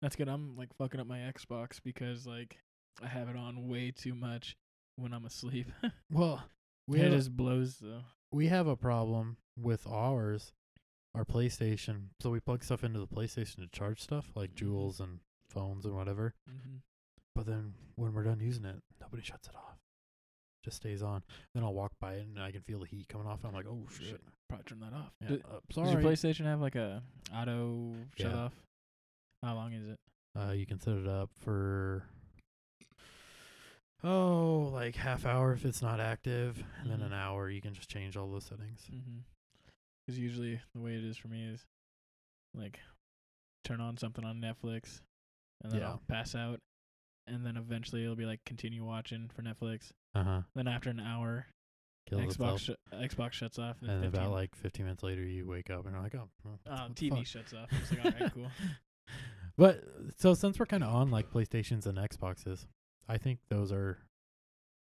[SPEAKER 2] That's good. I'm like fucking up my Xbox because like I have it on way too much when I'm asleep.
[SPEAKER 1] Well, we
[SPEAKER 2] it
[SPEAKER 1] have,
[SPEAKER 2] just blows though.
[SPEAKER 1] we have a problem with ours, our PlayStation. So we plug stuff into the PlayStation to charge stuff like
[SPEAKER 2] Mhm.
[SPEAKER 1] jewels and phones and whatever.
[SPEAKER 2] Mm-hmm.
[SPEAKER 1] But then when we're done using it, nobody shuts it off. Just stays on. Then I'll walk by it and I can feel the heat coming off. And I'm like, oh shit.
[SPEAKER 2] Shit. Probably turn that off.
[SPEAKER 1] Yeah,
[SPEAKER 2] Do-
[SPEAKER 1] uh,
[SPEAKER 2] Does your
[SPEAKER 1] sorry.
[SPEAKER 2] PlayStation have like a auto shut
[SPEAKER 1] Yeah.
[SPEAKER 2] off? How long is it?
[SPEAKER 1] uh, you can set it up for oh, like half hour if it's not active, and then
[SPEAKER 2] Mhm.
[SPEAKER 1] an hour. You can just change all those settings.
[SPEAKER 2] Mm-hmm. Because usually the way it is for me is like turn on something on Netflix, and then
[SPEAKER 1] Yeah.
[SPEAKER 2] I'll pass out, and then eventually it'll be like continue watching for Netflix.
[SPEAKER 1] Uh huh.
[SPEAKER 2] Then after an hour,
[SPEAKER 1] Kills
[SPEAKER 2] Xbox
[SPEAKER 1] itself.
[SPEAKER 2] sh- Xbox shuts off, and, then
[SPEAKER 1] and
[SPEAKER 2] 15,
[SPEAKER 1] about like 15 minutes later, you wake up and you're like, oh, well,
[SPEAKER 2] uh,
[SPEAKER 1] what the
[SPEAKER 2] TV
[SPEAKER 1] fuck?
[SPEAKER 2] shuts off. It's like all right, cool.
[SPEAKER 1] But so since we're kind of on like PlayStations and Xboxes, I think those are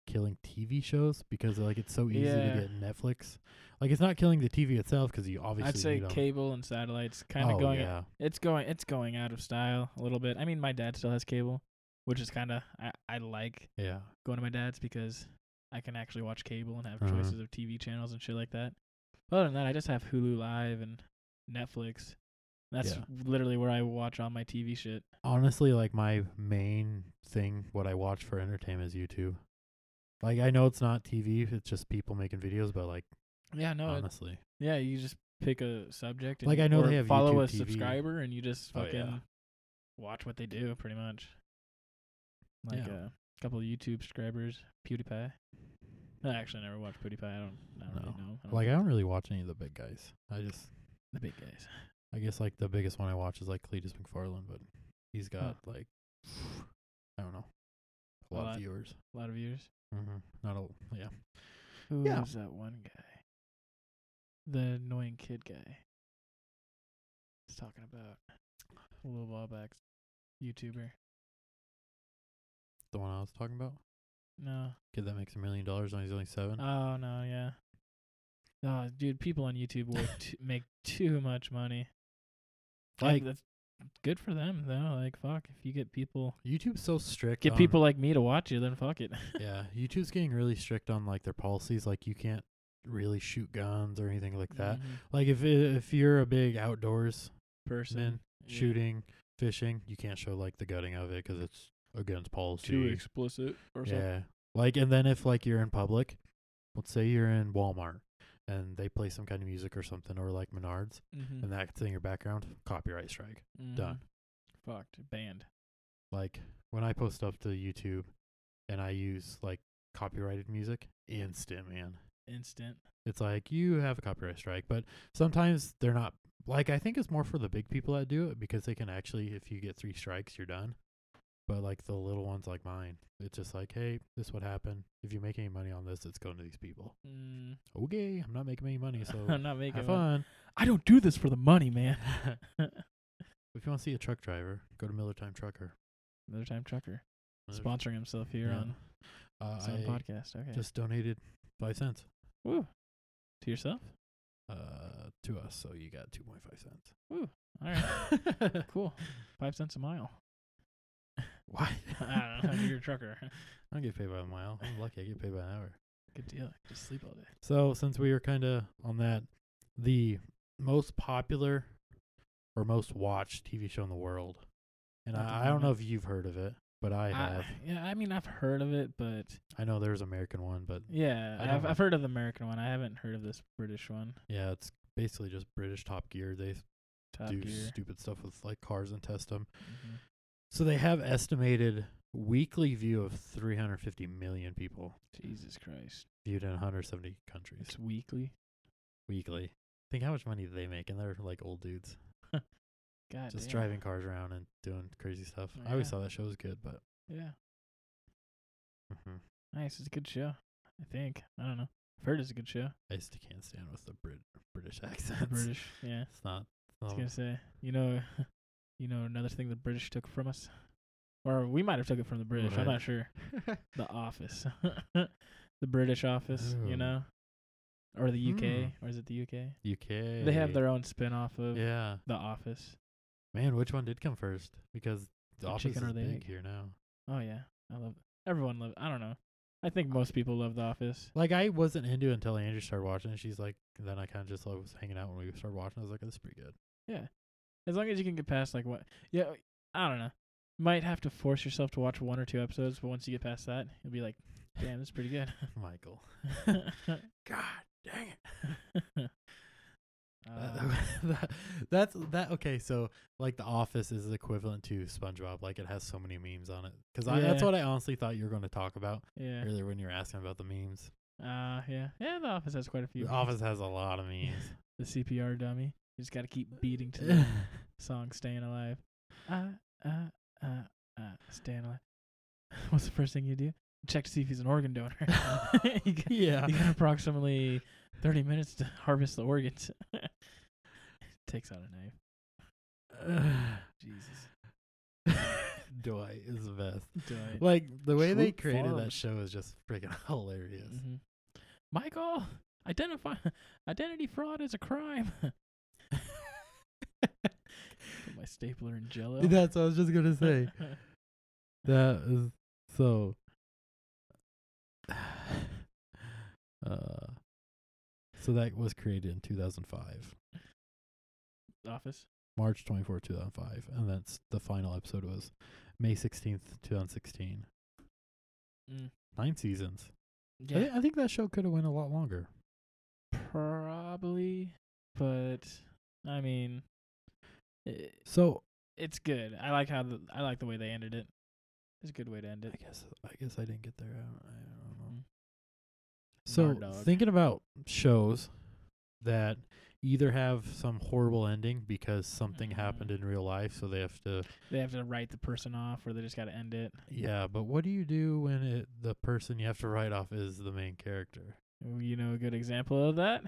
[SPEAKER 1] killing TV shows because like it's so easy
[SPEAKER 2] Yeah.
[SPEAKER 1] to get Netflix. Like it's not killing the TV itself because you obviously
[SPEAKER 2] I'd say
[SPEAKER 1] need 'em.
[SPEAKER 2] cable and satellites kind of
[SPEAKER 1] oh,
[SPEAKER 2] going.
[SPEAKER 1] Yeah,
[SPEAKER 2] It's going. It's going out of style a little bit. I mean, my dad still has cable, which is kind of I I like
[SPEAKER 1] yeah.
[SPEAKER 2] going to my dad's because I can actually watch cable and have
[SPEAKER 1] Uh-huh.
[SPEAKER 2] choices of TV channels and shit like that. But other than that, I just have Hulu Live and Netflix. That's
[SPEAKER 1] Yeah.
[SPEAKER 2] literally where I watch all my TV shit.
[SPEAKER 1] Honestly, like my main thing, what I watch for entertainment is YouTube. Like I know it's not TV; it's just people making videos. But like
[SPEAKER 2] Yeah, no, it,
[SPEAKER 1] honestly,
[SPEAKER 2] yeah, you just pick a subject. And
[SPEAKER 1] Like,
[SPEAKER 2] you-
[SPEAKER 1] I know they
[SPEAKER 2] or
[SPEAKER 1] have
[SPEAKER 2] follow
[SPEAKER 1] YouTube
[SPEAKER 2] a
[SPEAKER 1] TV.
[SPEAKER 2] subscriber, and you just
[SPEAKER 1] Oh, yeah.
[SPEAKER 2] fucking watch what they do, pretty much. Like
[SPEAKER 1] Yeah.
[SPEAKER 2] a couple of YouTube subscribers, PewDiePie. I actually never watched PewDiePie. I don't. I don't
[SPEAKER 1] No.
[SPEAKER 2] really know. I don't
[SPEAKER 1] Like I don't really watch any of the big guys. I just
[SPEAKER 2] the big guys.
[SPEAKER 1] I guess like the biggest one I watch is like Cletus McFarland, but he's got like I don't know a lot
[SPEAKER 2] Lot.
[SPEAKER 1] of viewers.
[SPEAKER 2] A lot of viewers.
[SPEAKER 1] hmm Not a yeah.
[SPEAKER 2] Who
[SPEAKER 1] Yeah.
[SPEAKER 2] was that one guy? The annoying kid guy. He's talking about a little while back. YouTuber.
[SPEAKER 1] The one I was talking about.
[SPEAKER 2] No.
[SPEAKER 1] Kid that makes a million dollars and he's only seven.
[SPEAKER 2] Oh no, yeah. Oh, dude, people on YouTube work t- make too much money.
[SPEAKER 1] Like-
[SPEAKER 2] Like that's good for them though. Like fuck, if you get people
[SPEAKER 1] YouTube's so strict.
[SPEAKER 2] get
[SPEAKER 1] on-
[SPEAKER 2] people like me to watch you, then fuck it.
[SPEAKER 1] yeah, YouTube's getting really strict on like their policies. Like you can't really shoot guns or anything like that.
[SPEAKER 2] Mhm.
[SPEAKER 1] Like if i if you're a big outdoors
[SPEAKER 2] person
[SPEAKER 1] man
[SPEAKER 2] yeah.
[SPEAKER 1] shooting, fishing, you can't show like the gutting of it 'cause it's against policy.
[SPEAKER 2] too explicit or something.
[SPEAKER 1] Yeah. Like, and then if like you're in public, let's say you're in Walmart and they play some kind of music or something, or like Menards,
[SPEAKER 2] Mm-hmm.
[SPEAKER 1] and that's in your background, copyright strike. done.
[SPEAKER 2] Fucked. Banned.
[SPEAKER 1] Like when I post up to YouTube, and I use like copyrighted music, instant man.
[SPEAKER 2] Instant.
[SPEAKER 1] It's like you have a copyright strike, but sometimes they're not. Like I think it's more for the big people that do it because they can actually, if you get three strikes, you're done. But like the little ones like mine, it's just like, hey, this would happen. If you make any money on this, it's going to these people.
[SPEAKER 2] Mm.
[SPEAKER 1] okay, I'm not making any money, so
[SPEAKER 2] I'm not making
[SPEAKER 1] have
[SPEAKER 2] one.
[SPEAKER 1] fun.
[SPEAKER 2] I don't do this for the money, man.
[SPEAKER 1] If you want to see a truck driver, go to Miller Time Trucker.
[SPEAKER 2] Another time trucker
[SPEAKER 1] Miller-
[SPEAKER 2] sponsoring himself here
[SPEAKER 1] Yeah.
[SPEAKER 2] on
[SPEAKER 1] Uh,
[SPEAKER 2] some
[SPEAKER 1] I
[SPEAKER 2] podcast. Okay.
[SPEAKER 1] just donated five cents
[SPEAKER 2] Woo. To yourself?
[SPEAKER 1] uh, to us, so you got two point five cents.
[SPEAKER 2] All right. cool. Five cents a mile.
[SPEAKER 1] Why?
[SPEAKER 2] I don't know. You're a trucker.
[SPEAKER 1] I don't get paid by the mile. I'm lucky. I get paid by an hour.
[SPEAKER 2] Good deal. Just sleep all day.
[SPEAKER 1] So since we were kind of on that, the most popular or most watched TV show in the world, and
[SPEAKER 2] At the
[SPEAKER 1] I, I don't know
[SPEAKER 2] moment.
[SPEAKER 1] if you've heard of it, but I have.
[SPEAKER 2] yeah, I mean, I've heard of it, but
[SPEAKER 1] I know there's American one, but
[SPEAKER 2] yeah,
[SPEAKER 1] I
[SPEAKER 2] I've
[SPEAKER 1] don't-
[SPEAKER 2] I've heard of the American one. I haven't heard of this British one.
[SPEAKER 1] Yeah, it's basically just British Top Gear. They
[SPEAKER 2] Top
[SPEAKER 1] do
[SPEAKER 2] Gear.
[SPEAKER 1] stupid stuff with like cars and test them.
[SPEAKER 2] Mhm.
[SPEAKER 1] So they have estimated weekly view of 350 million people
[SPEAKER 2] Jesus Christ,
[SPEAKER 1] viewed in 170 countries
[SPEAKER 2] it's weekly.
[SPEAKER 1] weekly. Think how much money they make, and they're like old dudes
[SPEAKER 2] God,
[SPEAKER 1] just
[SPEAKER 2] damn.
[SPEAKER 1] driving cars around and doing crazy stuff. I
[SPEAKER 2] Yeah.
[SPEAKER 1] always thought that show was good, but
[SPEAKER 2] Yeah,
[SPEAKER 1] mhm.
[SPEAKER 2] nice. It's a good show. I think. I don't know. I've heard it's a good show.
[SPEAKER 1] I just can't stand with the Brit- British accents.
[SPEAKER 2] British. Yeah.
[SPEAKER 1] It's not.
[SPEAKER 2] I was
[SPEAKER 1] no,
[SPEAKER 2] gonna say, you know, you know, another thing the British took from us, or we might have took it from the British. I'm
[SPEAKER 1] Right.
[SPEAKER 2] not sure. The Office, the British Office,
[SPEAKER 1] Oh.
[SPEAKER 2] you know, or the UK,
[SPEAKER 1] Hmm.
[SPEAKER 2] or is it the UK?
[SPEAKER 1] UK.
[SPEAKER 2] They have their own spin-off of
[SPEAKER 1] yeah.
[SPEAKER 2] the Office.
[SPEAKER 1] Man, which one did come first? Because the
[SPEAKER 2] The
[SPEAKER 1] office
[SPEAKER 2] chicken or
[SPEAKER 1] is
[SPEAKER 2] the
[SPEAKER 1] big
[SPEAKER 2] egg?
[SPEAKER 1] here now.
[SPEAKER 2] Oh yeah, I love. Everyone love. I don't know. I think most people love the Office.
[SPEAKER 1] Like I wasn't into it until Andrew started watching. it. She's like, then I kind of just like, was hanging out when we started watching. I was like, this is pretty good.
[SPEAKER 2] As long as you can get past like what, yeah, I don't know. Might have to force yourself to watch one or two episodes, but once you get past that, you'll be like, damn, that's pretty good.
[SPEAKER 1] Michael, God dang it!
[SPEAKER 2] Uh,
[SPEAKER 1] That- that's that. Okay, so like the Office is equivalent to SpongeBob. Like it has so many memes on it. Because that's
[SPEAKER 2] Yeah.
[SPEAKER 1] what I honestly thought you were going to talk about
[SPEAKER 2] yeah.
[SPEAKER 1] earlier when you were asking about the memes.
[SPEAKER 2] Uh, yeah. Yeah, The Office has quite a few.
[SPEAKER 1] The Office has a lot of memes.
[SPEAKER 2] The CPR dummy. You just got to keep beating to the song Staying Alive. Uh, uh, uh, uh, staying alive. What's the first thing you do? Check to see if he's an organ donor. you, got,
[SPEAKER 1] yeah.
[SPEAKER 2] you got approximately 30 minutes to harvest the organs. Takes out a knife. Jesus.
[SPEAKER 1] Dwight is the best.
[SPEAKER 2] Dwight.
[SPEAKER 1] Like the way they
[SPEAKER 2] Troop
[SPEAKER 1] created that
[SPEAKER 2] Farms.
[SPEAKER 1] show is just freaking hilarious.
[SPEAKER 2] Mhm. Michael, identify identity fraud is a crime. Put my stapler in jello.
[SPEAKER 1] That's what I was just gonna say. that is so. uh, so that was created in 2005,
[SPEAKER 2] Office.
[SPEAKER 1] March 24, 2005, and that's the final episode was May 16th, 2016.
[SPEAKER 2] Mm.
[SPEAKER 1] Nine seasons. I,
[SPEAKER 2] Yeah,
[SPEAKER 1] thi- I think that show could have went a lot longer.
[SPEAKER 2] probably, but but I mean, i
[SPEAKER 1] So
[SPEAKER 2] it's good. I like how the, I like the way they ended it. It's a good way to end
[SPEAKER 1] I
[SPEAKER 2] it.
[SPEAKER 1] guess I guess I didn't get there. I don't, I don't know.
[SPEAKER 2] Mhm.
[SPEAKER 1] So
[SPEAKER 2] Darn dog.
[SPEAKER 1] thinking about shows that either have some horrible ending because something happened
[SPEAKER 2] Mm-hmm.
[SPEAKER 1] in real life, so they have to
[SPEAKER 2] They have to write the person off, or they just got to end it.
[SPEAKER 1] Yeah, but what do you do when it the person you have to write off is the main character?
[SPEAKER 2] You know, a good example of that.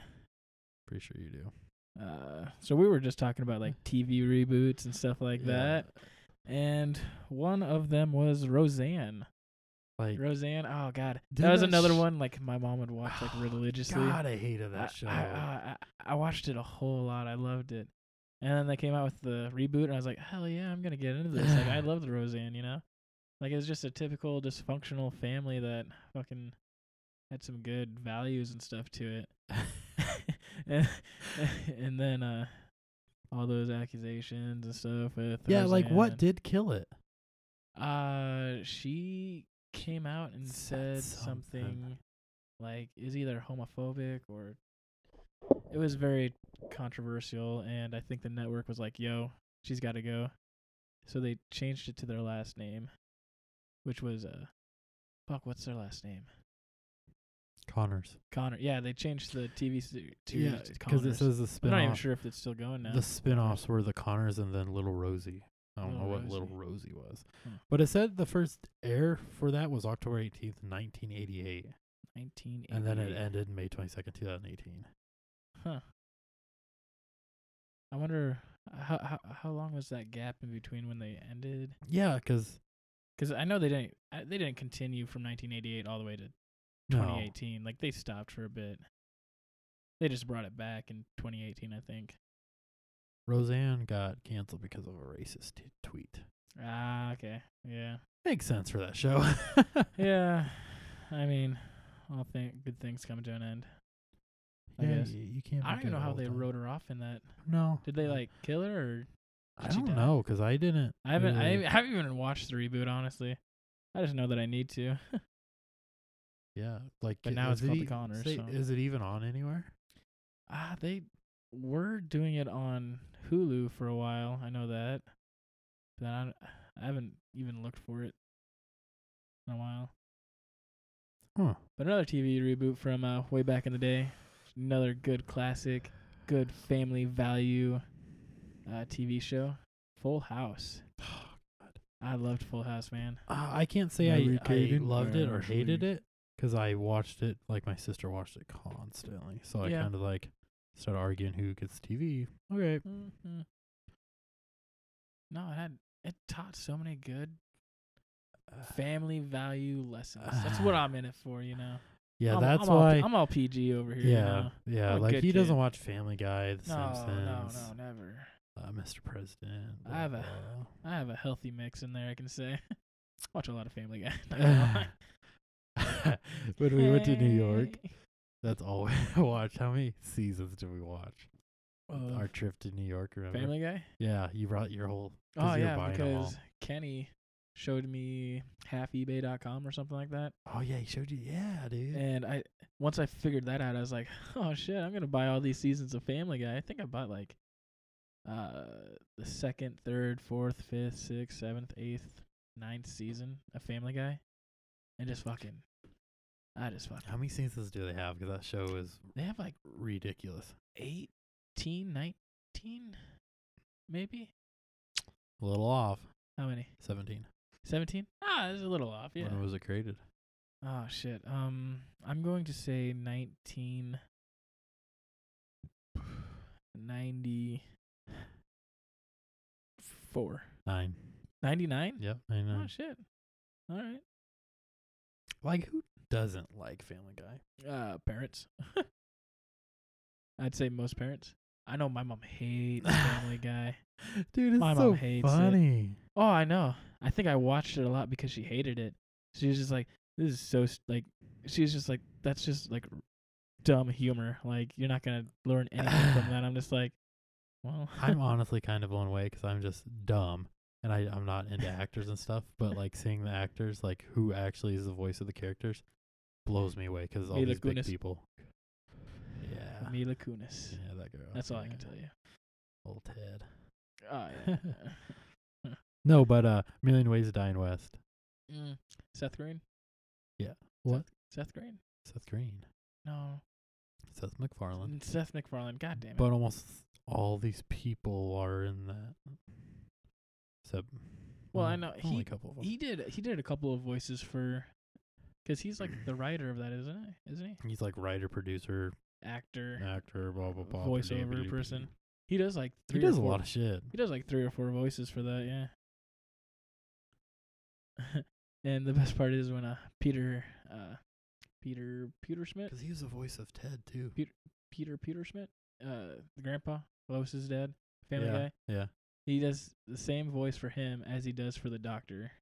[SPEAKER 1] Pretty sure you do.
[SPEAKER 2] Uh, so we were just talking about like TV reboots and stuff like
[SPEAKER 1] Yeah,
[SPEAKER 2] that, and one of them was Roseanne.
[SPEAKER 1] Like
[SPEAKER 2] Roseanne. Oh God,
[SPEAKER 1] Dude,
[SPEAKER 2] that was
[SPEAKER 1] that
[SPEAKER 2] another
[SPEAKER 1] sh- oh,
[SPEAKER 2] one like my mom would watch like religiously.
[SPEAKER 1] God, I hated
[SPEAKER 2] I,
[SPEAKER 1] that show.
[SPEAKER 2] I, I, I- I watched it a whole lot. I loved it. And then they came out with the reboot, and I was like, hell yeah, I'm gonna get into this. Like I loved Roseanne, you know. Like it was just a typical dysfunctional family that fucking had some good values and stuff to it. and, and then uh all those accusations and stuff with
[SPEAKER 1] yeah, like what
[SPEAKER 2] Roseanne.
[SPEAKER 1] did kill it?
[SPEAKER 2] Uh, she came out and
[SPEAKER 1] Said
[SPEAKER 2] said,
[SPEAKER 1] something.
[SPEAKER 2] something. like is either homophobic or it was very controversial, and I think the network was like, "Yo, she's got to go," so they changed it to their last name, which was uh, fuck, what's their last name?
[SPEAKER 1] Connors.
[SPEAKER 2] Connor. Yeah, they changed the TV se- series to
[SPEAKER 1] because
[SPEAKER 2] Connors.
[SPEAKER 1] it says the
[SPEAKER 2] I'm
[SPEAKER 1] spin
[SPEAKER 2] not even
[SPEAKER 1] off.
[SPEAKER 2] sure if it's still going now.
[SPEAKER 1] The spin-offs were the Connors and then Little Rosie. I don't
[SPEAKER 2] Little
[SPEAKER 1] know what
[SPEAKER 2] Rosie. Hmm.
[SPEAKER 1] Little Rosie was,
[SPEAKER 2] Huh.
[SPEAKER 1] but it said the first air for that was October eighteenth, nineteen eighty-eight,
[SPEAKER 2] 1988.
[SPEAKER 1] and then it ended May twenty-second, two thousand eighteen.
[SPEAKER 2] Huh. I wonder how how how long was that gap in between when they ended?
[SPEAKER 1] Yeah, because
[SPEAKER 2] 'Cause I know they didn't I- they didn't continue from 1988 all the way to
[SPEAKER 1] no,
[SPEAKER 2] 2018. Like they stopped for a bit. They just brought it back in 2018, I think.
[SPEAKER 1] Roseanne got canceled because of a racist t- tweet.
[SPEAKER 2] Ah, okay, yeah,
[SPEAKER 1] Makes sense for that show.
[SPEAKER 2] yeah. I mean, all think good things come to an end. I
[SPEAKER 1] Yeah,
[SPEAKER 2] guess.
[SPEAKER 1] You, you can't. be
[SPEAKER 2] I don't even
[SPEAKER 1] good
[SPEAKER 2] know how
[SPEAKER 1] all the
[SPEAKER 2] they
[SPEAKER 1] time.
[SPEAKER 2] wrote her off in that.
[SPEAKER 1] No,
[SPEAKER 2] Did they
[SPEAKER 1] I-
[SPEAKER 2] like kill her? Or
[SPEAKER 1] I
[SPEAKER 2] she
[SPEAKER 1] don't
[SPEAKER 2] die?
[SPEAKER 1] know because I didn't.
[SPEAKER 2] I haven't I
[SPEAKER 1] really-
[SPEAKER 2] haven't- I haven't even watched the reboot honestly. I just know that I need to.
[SPEAKER 1] yeah, like.
[SPEAKER 2] But
[SPEAKER 1] i-
[SPEAKER 2] now it's
[SPEAKER 1] is it
[SPEAKER 2] called The
[SPEAKER 1] e-
[SPEAKER 2] Conners,
[SPEAKER 1] say-
[SPEAKER 2] so-
[SPEAKER 1] Is it even on anywhere?
[SPEAKER 2] Ah, they were doing it on Hulu for a while. I know that. But I, don't- I haven't even looked for it in a while.
[SPEAKER 1] Huh.
[SPEAKER 2] But another TV reboot from uh, way back in the day. Another good classic, good family value uh, TV show. Full House. I loved Full House, man.
[SPEAKER 1] Uh, I can't say
[SPEAKER 2] Mary
[SPEAKER 1] I, I
[SPEAKER 2] Kate and
[SPEAKER 1] loved it or
[SPEAKER 2] Ashley.
[SPEAKER 1] hated it because I watched it like my sister watched it constantly. So I
[SPEAKER 2] Yeah.
[SPEAKER 1] kind of like started arguing who gets TV. Okay,
[SPEAKER 2] Mm-hmm. No, it had it taught so many good
[SPEAKER 1] Uh,
[SPEAKER 2] family value lessons. That's what I'm in it for, you know.
[SPEAKER 1] yeah,
[SPEAKER 2] I'm,
[SPEAKER 1] that's
[SPEAKER 2] I'm
[SPEAKER 1] why.
[SPEAKER 2] All, I'm all PG over here.
[SPEAKER 1] yeah,
[SPEAKER 2] You
[SPEAKER 1] yeah,
[SPEAKER 2] I'm a
[SPEAKER 1] like
[SPEAKER 2] good
[SPEAKER 1] he doesn't
[SPEAKER 2] kid.
[SPEAKER 1] watch Family Guy, The
[SPEAKER 2] know? No, no,
[SPEAKER 1] Simpsons,
[SPEAKER 2] no, never.
[SPEAKER 1] Uh, Mr. President.
[SPEAKER 2] I have a-
[SPEAKER 1] blah.
[SPEAKER 2] I have a healthy mix in there. I can say. Watch a lot of Family Guy. not gonna lie.
[SPEAKER 1] when we went to New York,
[SPEAKER 2] Hey.
[SPEAKER 1] that's all we watched. How many seasons did we watch?
[SPEAKER 2] Of
[SPEAKER 1] Our trip to New York, remember?
[SPEAKER 2] Uh, Family Guy.
[SPEAKER 1] Yeah, you brought your whole. 'cause
[SPEAKER 2] Oh
[SPEAKER 1] you were
[SPEAKER 2] yeah,
[SPEAKER 1] buying 'em all.
[SPEAKER 2] because Kenny showed me halfebay.com or something like that,
[SPEAKER 1] Oh yeah, he showed you. Yeah, dude.
[SPEAKER 2] and I once I figured that out, I was like, oh shit, I'm gonna buy all these seasons of Family Guy. I think I bought like uh the second, third, fourth, fifth, sixth, seventh, eighth, ninth season of Family Guy, and just fucking, I just fucking.
[SPEAKER 1] How many seasons do they have? Because that show is
[SPEAKER 2] They have like
[SPEAKER 1] ridiculous.
[SPEAKER 2] 18, 19, maybe.
[SPEAKER 1] A little off.
[SPEAKER 2] How many?
[SPEAKER 1] Seventeen.
[SPEAKER 2] Seventeen? Ah, this is a little off. Yeah.
[SPEAKER 1] When was it created?
[SPEAKER 2] Oh shit. Um, I'm going to say 1990. Four.
[SPEAKER 1] Nine.
[SPEAKER 2] 99?
[SPEAKER 1] Yep. I know.
[SPEAKER 2] Oh shit. All right.
[SPEAKER 1] Like who doesn't like Family Guy?
[SPEAKER 2] Uh, parents. I'd say most parents. I know my mom hates Family Guy.
[SPEAKER 1] Dude, it's
[SPEAKER 2] My
[SPEAKER 1] so
[SPEAKER 2] mom hates it.
[SPEAKER 1] funny.
[SPEAKER 2] Oh, I know. I think I watched it a lot because she hated it. She was just like, "This is so st- like," she was just like, "That's just like dumb humor. Like you're not gonna learn anything from that." I'm just like, "Well,
[SPEAKER 1] I'm honestly kind of blown away because I'm just dumb and I, I'm not into actors and stuff. But like seeing the actors, like who actually is the voice of the characters, blows me away because all
[SPEAKER 2] Mila
[SPEAKER 1] these big
[SPEAKER 2] Kunis.
[SPEAKER 1] people. Yeah.
[SPEAKER 2] Mila Kunis.
[SPEAKER 1] Yeah, that girl.
[SPEAKER 2] That's all I
[SPEAKER 1] Yeah. Ah,
[SPEAKER 2] can tell you.
[SPEAKER 1] Old Ted.
[SPEAKER 2] Oh, yeah.
[SPEAKER 1] No, but uh, Million Ways to Die in West.
[SPEAKER 2] Mm. Seth Green?
[SPEAKER 1] Yeah. What?
[SPEAKER 2] Seth, Seth Green?
[SPEAKER 1] Seth Green,
[SPEAKER 2] No.
[SPEAKER 1] Seth MacFarlane.
[SPEAKER 2] N- Seth MacFarlane. God damn it.
[SPEAKER 1] But almost all these people are in that. Except.
[SPEAKER 2] Well, I
[SPEAKER 1] mm,
[SPEAKER 2] know,
[SPEAKER 1] only
[SPEAKER 2] he-
[SPEAKER 1] a couple of them.
[SPEAKER 2] he did he did a couple of voices for because he's like the writer of that, isn't he? Isn't he?
[SPEAKER 1] He's like writer, producer,
[SPEAKER 2] Actor.
[SPEAKER 1] actor, blah blah blah.
[SPEAKER 2] Voiceover
[SPEAKER 1] ba-da-ba-doo-ba-doo.
[SPEAKER 2] person. He does like
[SPEAKER 1] He
[SPEAKER 2] three or
[SPEAKER 1] does a
[SPEAKER 2] four-
[SPEAKER 1] lot of shit.
[SPEAKER 2] He does like three or four voices for that, yeah. and the best part is when uh Peter uh Peter Peter Schmidt
[SPEAKER 1] Because he was the voice of Ted too.
[SPEAKER 2] Peter Peter Schmidt uh the grandpa Lois's dad Family
[SPEAKER 1] yeah.
[SPEAKER 2] Guy
[SPEAKER 1] Yeah.
[SPEAKER 2] he does the same voice for him as he does for the doctor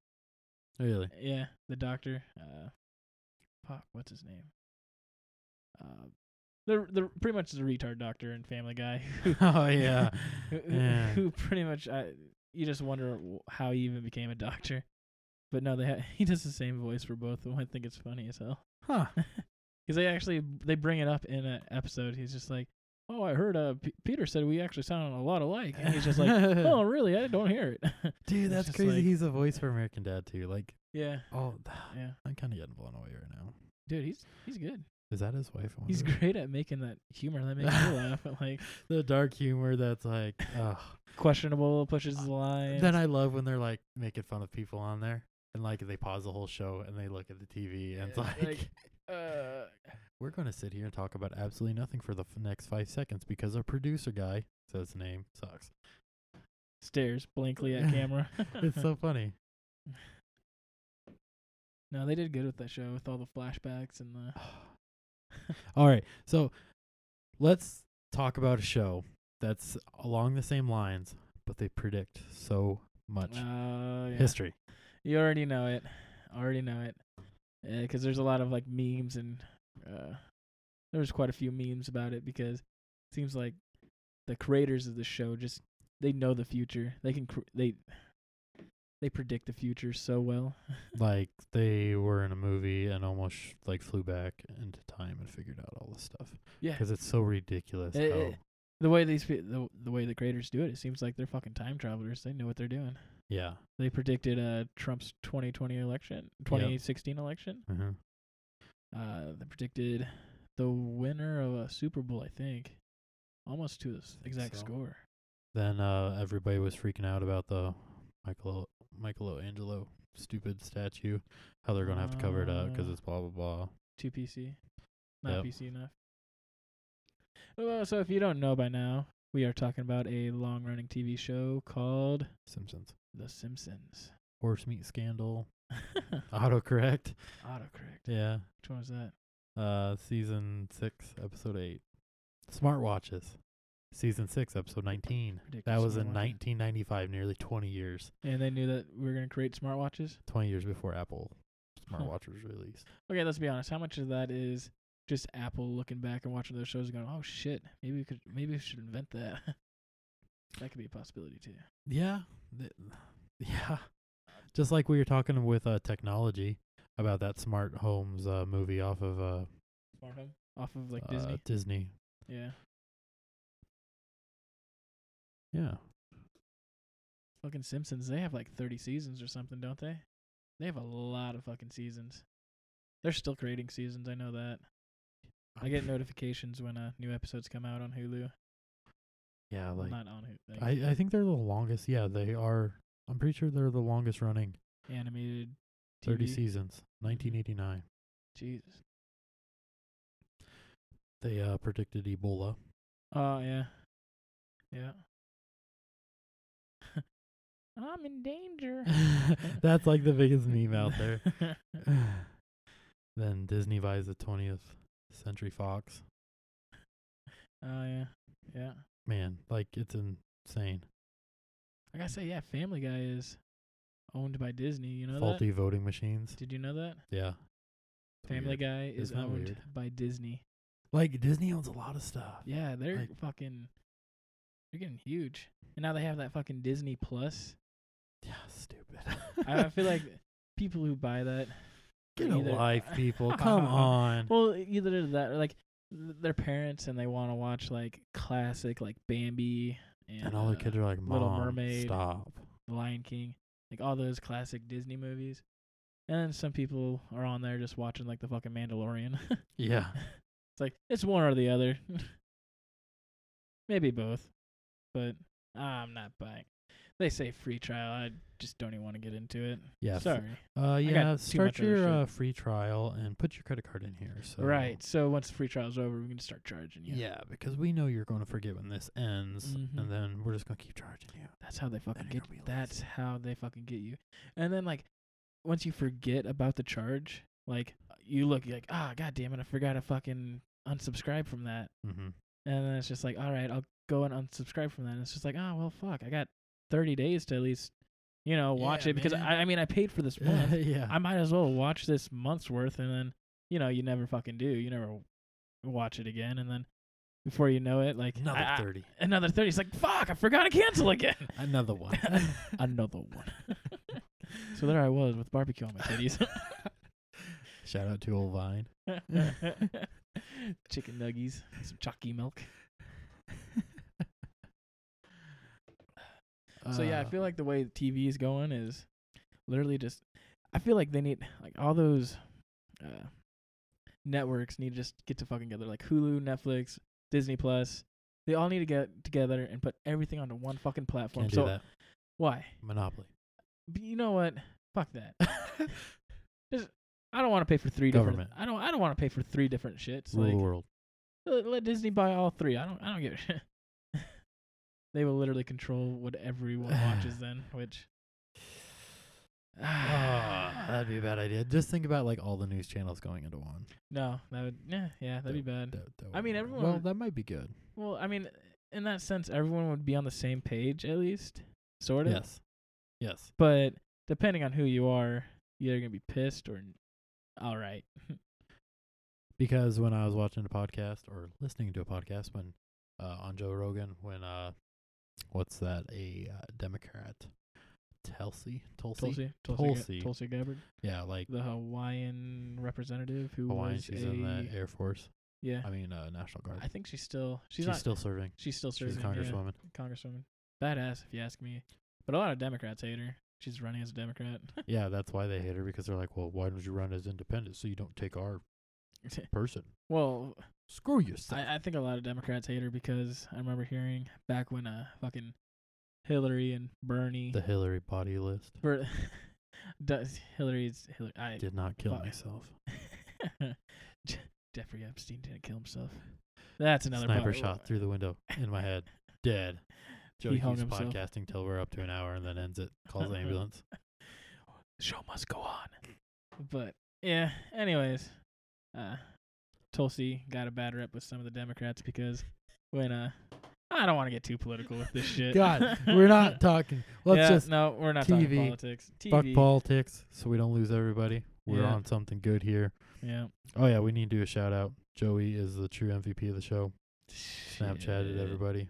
[SPEAKER 1] Really.
[SPEAKER 2] yeah the doctor uh fuck what's his name uh the the pretty much the retard doctor and Family Guy
[SPEAKER 1] oh yeah.
[SPEAKER 2] who, who-
[SPEAKER 1] Yeah.
[SPEAKER 2] who pretty much I, you just wonder w- how he even became a doctor. But no, they ha- he does the same voice for both. And I think it's funny as hell
[SPEAKER 1] Huh.
[SPEAKER 2] because they actually they bring it up in an episode. He's just like, "Oh, I heard uh, P- Peter said we actually sound a lot alike," and he's just like, "Oh, really? I don't hear it."
[SPEAKER 1] dude,
[SPEAKER 2] it's
[SPEAKER 1] that's
[SPEAKER 2] just
[SPEAKER 1] crazy.
[SPEAKER 2] like-
[SPEAKER 1] he's the voice for American Dad too. Like,
[SPEAKER 2] yeah,
[SPEAKER 1] oh,
[SPEAKER 2] yeah,
[SPEAKER 1] I'm kind of getting blown away right now.
[SPEAKER 2] dude, he's he's good.
[SPEAKER 1] Is that his wife? I
[SPEAKER 2] He's
[SPEAKER 1] wonder?
[SPEAKER 2] great at making that humor that makes you laugh. But like
[SPEAKER 1] the dark humor that's like. ugh.
[SPEAKER 2] questionable pushes the line.
[SPEAKER 1] Uh, Then I love when they're like making fun of people on there, and like they pause the whole show and they look at the TV and it's
[SPEAKER 2] Yeah,
[SPEAKER 1] like,
[SPEAKER 2] like- uh,
[SPEAKER 1] we're going to sit here and talk about absolutely nothing for the f- next five seconds because our producer guy says name sucks.
[SPEAKER 2] stares blankly at camera.
[SPEAKER 1] It's so funny.
[SPEAKER 2] No, they did good with that show with all the flashbacks and the
[SPEAKER 1] All right. So let's talk about a show that's along the same lines, but they predict so much
[SPEAKER 2] Uh, yeah.
[SPEAKER 1] history.
[SPEAKER 2] You already know it. Already know it. Yeah, 'cause there's a lot of like memes and uh, there was quite a few memes about it because it seems like the creators of the show just they know the future. They can cr- they they predict the future so well.
[SPEAKER 1] like they were in a movie and almost sh- like flew back into time and figured out all this stuff
[SPEAKER 2] Yeah.
[SPEAKER 1] because it's so ridiculous.
[SPEAKER 2] Eh,
[SPEAKER 1] how,
[SPEAKER 2] eh, the way these pe- the the way the creators do it, it seems like they're fucking time travelers. They know what they're doing.
[SPEAKER 1] yeah.
[SPEAKER 2] They predicted uh Trump's 2020 election, 2016 election.
[SPEAKER 1] uh
[SPEAKER 2] Uh, they predicted the winner of a Super Bowl, I think, almost to the s-
[SPEAKER 1] think
[SPEAKER 2] exact
[SPEAKER 1] so.
[SPEAKER 2] score.
[SPEAKER 1] Then uh, everybody was freaking out about the Michael Michelangelo stupid statue, how they're gonna have to cover it up because
[SPEAKER 2] Ah.
[SPEAKER 1] it's blah blah blah.
[SPEAKER 2] Two PC,
[SPEAKER 1] Yep.
[SPEAKER 2] not PC enough. Well, so if you don't know by now, we are talking about a long-running TV show called
[SPEAKER 1] Simpsons
[SPEAKER 2] The Simpsons.
[SPEAKER 1] horse meat scandal
[SPEAKER 2] Autocorrect.
[SPEAKER 1] autocorrect. Yeah.
[SPEAKER 2] Which one was that?
[SPEAKER 1] Uh, season six, episode eight. Smartwatches. Season six, episode nineteen. That
[SPEAKER 2] Ridiculous
[SPEAKER 1] was in
[SPEAKER 2] smartwatch.
[SPEAKER 1] 1995, nearly 20 years.
[SPEAKER 2] And they knew that we were gonna create smartwatches.
[SPEAKER 1] 20 years before Apple
[SPEAKER 2] Huh.
[SPEAKER 1] smartwatch was released.
[SPEAKER 2] Okay, let's be honest. How much of that is just Apple looking back and watching those shows and going, "Oh shit, maybe we could, maybe we should invent that." that could be a possibility too.
[SPEAKER 1] Yeah. th- Yeah. Just like we were talking with uh, technology about that smart homes uh, movie off of uh,
[SPEAKER 2] Smart home off of like
[SPEAKER 1] uh,
[SPEAKER 2] Disney.
[SPEAKER 1] Disney.
[SPEAKER 2] Yeah,
[SPEAKER 1] Yeah.
[SPEAKER 2] fucking Simpsons. They have like thirty seasons or something, don't they? They have a lot of fucking seasons. They're still creating seasons. I know that. I get notifications when uh, new episodes come out on Hulu.
[SPEAKER 1] Yeah, like
[SPEAKER 2] Not on Hulu. Like
[SPEAKER 1] I, I think they're the longest. Yeah, they are. I'm pretty sure they're the longest running.
[SPEAKER 2] animated.
[SPEAKER 1] 30
[SPEAKER 2] TV.
[SPEAKER 1] seasons,
[SPEAKER 2] Mm-hmm.
[SPEAKER 1] 1989.
[SPEAKER 2] Jesus.
[SPEAKER 1] They uh, predicted Ebola.
[SPEAKER 2] Oh yeah, yeah. I'm in danger.
[SPEAKER 1] That's like the biggest meme out there. then Disney buys the 20th Century Fox.
[SPEAKER 2] oh yeah, yeah.
[SPEAKER 1] Man, like it's insane.
[SPEAKER 2] Like I say, yeah. Family Guy is owned by Disney. You know
[SPEAKER 1] Faulty voting machines.
[SPEAKER 2] that? Did you know that?
[SPEAKER 1] Yeah. It's
[SPEAKER 2] Family
[SPEAKER 1] weird.
[SPEAKER 2] Guy is
[SPEAKER 1] Isn't that
[SPEAKER 2] owned
[SPEAKER 1] weird?
[SPEAKER 2] by Disney.
[SPEAKER 1] Like Disney owns a lot of stuff.
[SPEAKER 2] Yeah, they're
[SPEAKER 1] Like-
[SPEAKER 2] fucking. They're getting huge, and now they have that fucking Disney Plus.
[SPEAKER 1] Yeah, stupid.
[SPEAKER 2] I, I feel like people who buy that
[SPEAKER 1] Get a
[SPEAKER 2] either-
[SPEAKER 1] life, people. Come on.
[SPEAKER 2] Well, e, either that or like th- their parents and they want to watch like classic like Bambi and,
[SPEAKER 1] And all the
[SPEAKER 2] uh,
[SPEAKER 1] kids are like, Mom,
[SPEAKER 2] Little Mermaid.
[SPEAKER 1] stop.
[SPEAKER 2] The Lion King, like all those classic Disney movies. And then some people are on there just watching like the fucking Mandalorian. it's
[SPEAKER 1] Yeah.
[SPEAKER 2] like it's one or the other. Maybe both. But I'm not buying. They say free trial. I just don't even want to get into it.
[SPEAKER 1] Yeah. f-
[SPEAKER 2] Sorry.
[SPEAKER 1] Uh,
[SPEAKER 2] got
[SPEAKER 1] yeah.
[SPEAKER 2] too
[SPEAKER 1] Start
[SPEAKER 2] much other
[SPEAKER 1] your
[SPEAKER 2] shit.
[SPEAKER 1] uh, free trial and put your credit card in here. So
[SPEAKER 2] Right. So once the free trial's over, we can start charging you.
[SPEAKER 1] Yeah. because we know you're going to forget when this ends,
[SPEAKER 2] Mhm.
[SPEAKER 1] and then we're just going to keep charging you.
[SPEAKER 2] That's how they fucking
[SPEAKER 1] you're
[SPEAKER 2] get
[SPEAKER 1] gonna
[SPEAKER 2] you.
[SPEAKER 1] be
[SPEAKER 2] That's how they fucking get you. And then like once you forget about the charge, like uh, you look you're like, ah, god damn it, I forgot to fucking unsubscribe from that.
[SPEAKER 1] Mm-hmm.
[SPEAKER 2] And then it's just like, all right, I'll go and unsubscribe from that. And it's just like, ah, well fuck, I got thirty days to at least, you know, watch
[SPEAKER 1] Yeah,
[SPEAKER 2] it because
[SPEAKER 1] man.
[SPEAKER 2] I, I mean I paid for this month.
[SPEAKER 1] yeah.
[SPEAKER 2] I might as well watch this month's worth and then, you know, you never fucking do. You never watch it again and then before you know it, like
[SPEAKER 1] Another
[SPEAKER 2] I- I-
[SPEAKER 1] 30.
[SPEAKER 2] another thirty. It's like, fuck, I forgot to cancel again.
[SPEAKER 1] Another one.
[SPEAKER 2] another one. so there I was with barbecue on my titties.
[SPEAKER 1] Shout out to old Vine.
[SPEAKER 2] Chicken nuggies, some chalky milk. so yeah, I
[SPEAKER 1] Uh,
[SPEAKER 2] feel like the way TV is going is literally just. I feel like they need like all those uh, networks need to just get to fucking together. Like Hulu, Netflix, Disney Plus, they all need to get together and put everything onto one fucking platform.
[SPEAKER 1] can't do
[SPEAKER 2] so
[SPEAKER 1] that.
[SPEAKER 2] why?
[SPEAKER 1] Monopoly.
[SPEAKER 2] But you know what? Fuck that. Just, I don't want to pay for three
[SPEAKER 1] Government.
[SPEAKER 2] different. I don't. I don't want to pay for three different shits.
[SPEAKER 1] Rule
[SPEAKER 2] Like,
[SPEAKER 1] the world.
[SPEAKER 2] let, let Disney buy all three. I don't. I don't give a shit. they will literally control what everyone watches then, which.
[SPEAKER 1] Ah, that'd be a bad idea. Just think about like all the news channels going into one.
[SPEAKER 2] no, that would. Yeah, yeah, that'd be bad.
[SPEAKER 1] That, that would
[SPEAKER 2] I mean,
[SPEAKER 1] work.
[SPEAKER 2] everyone
[SPEAKER 1] Well,
[SPEAKER 2] would-
[SPEAKER 1] that might be good.
[SPEAKER 2] Well, I mean, in that sense, everyone would be on the same page at least, sort of.
[SPEAKER 1] Yes. Yes.
[SPEAKER 2] But depending on who you are, you're either gonna be pissed or, all right.
[SPEAKER 1] Because when I was watching a podcast or listening to a podcast when uh, on Joe Rogan, when uh, what's that? A uh, Democrat, Tulsi, Tulsi,
[SPEAKER 2] Tulsi, Tulsi,
[SPEAKER 1] Tulsi.
[SPEAKER 2] Ga- Tulsi Gabbard.
[SPEAKER 1] yeah, like
[SPEAKER 2] the Hawaiian representative who
[SPEAKER 1] Hawaiian.
[SPEAKER 2] was
[SPEAKER 1] She's
[SPEAKER 2] a,
[SPEAKER 1] in the Air Force.
[SPEAKER 2] yeah.
[SPEAKER 1] I mean, uh, National Guard.
[SPEAKER 2] I think she's still she's,
[SPEAKER 1] she's
[SPEAKER 2] not
[SPEAKER 1] still serving.
[SPEAKER 2] she's still
[SPEAKER 1] She's
[SPEAKER 2] serving
[SPEAKER 1] a congresswoman.
[SPEAKER 2] yeah, congresswoman badass if you ask me, but a lot of Democrats hate her. She's running as a Democrat.
[SPEAKER 1] yeah, that's why they hate her because they're like, well, why don't you run as independent so you don't take our person?
[SPEAKER 2] well,
[SPEAKER 1] Screw yourself.
[SPEAKER 2] I, I think a lot of Democrats hate her because I remember hearing back when uh fucking Hillary and Bernie
[SPEAKER 1] the Hillary body list.
[SPEAKER 2] Ber- does Hillary's Hillary I
[SPEAKER 1] Did not kill
[SPEAKER 2] fuck.
[SPEAKER 1] myself.
[SPEAKER 2] Je- Jeffrey Epstein didn't kill himself. That's another
[SPEAKER 1] Sniper
[SPEAKER 2] po-
[SPEAKER 1] shot through the window in my head. Dead. Joe
[SPEAKER 2] He hung
[SPEAKER 1] keeps
[SPEAKER 2] himself.
[SPEAKER 1] podcasting till we're up to an hour and then ends it. Calls the ambulance.
[SPEAKER 2] show must go on. But yeah, anyways, uh, Tulsi got a bad rep with some of the Democrats because when uh, I don't want to get too political with this shit.
[SPEAKER 1] God, we're not talking. Let's
[SPEAKER 2] yeah,
[SPEAKER 1] just
[SPEAKER 2] no, we're not
[SPEAKER 1] TV,
[SPEAKER 2] talking politics. TV,
[SPEAKER 1] fuck politics so we don't lose everybody. We're
[SPEAKER 2] Yeah.
[SPEAKER 1] on something good here.
[SPEAKER 2] Yeah,
[SPEAKER 1] Oh yeah, we need to do a shout out. Joey is the true MVP of the show. Snapchatted
[SPEAKER 2] Shit.
[SPEAKER 1] everybody,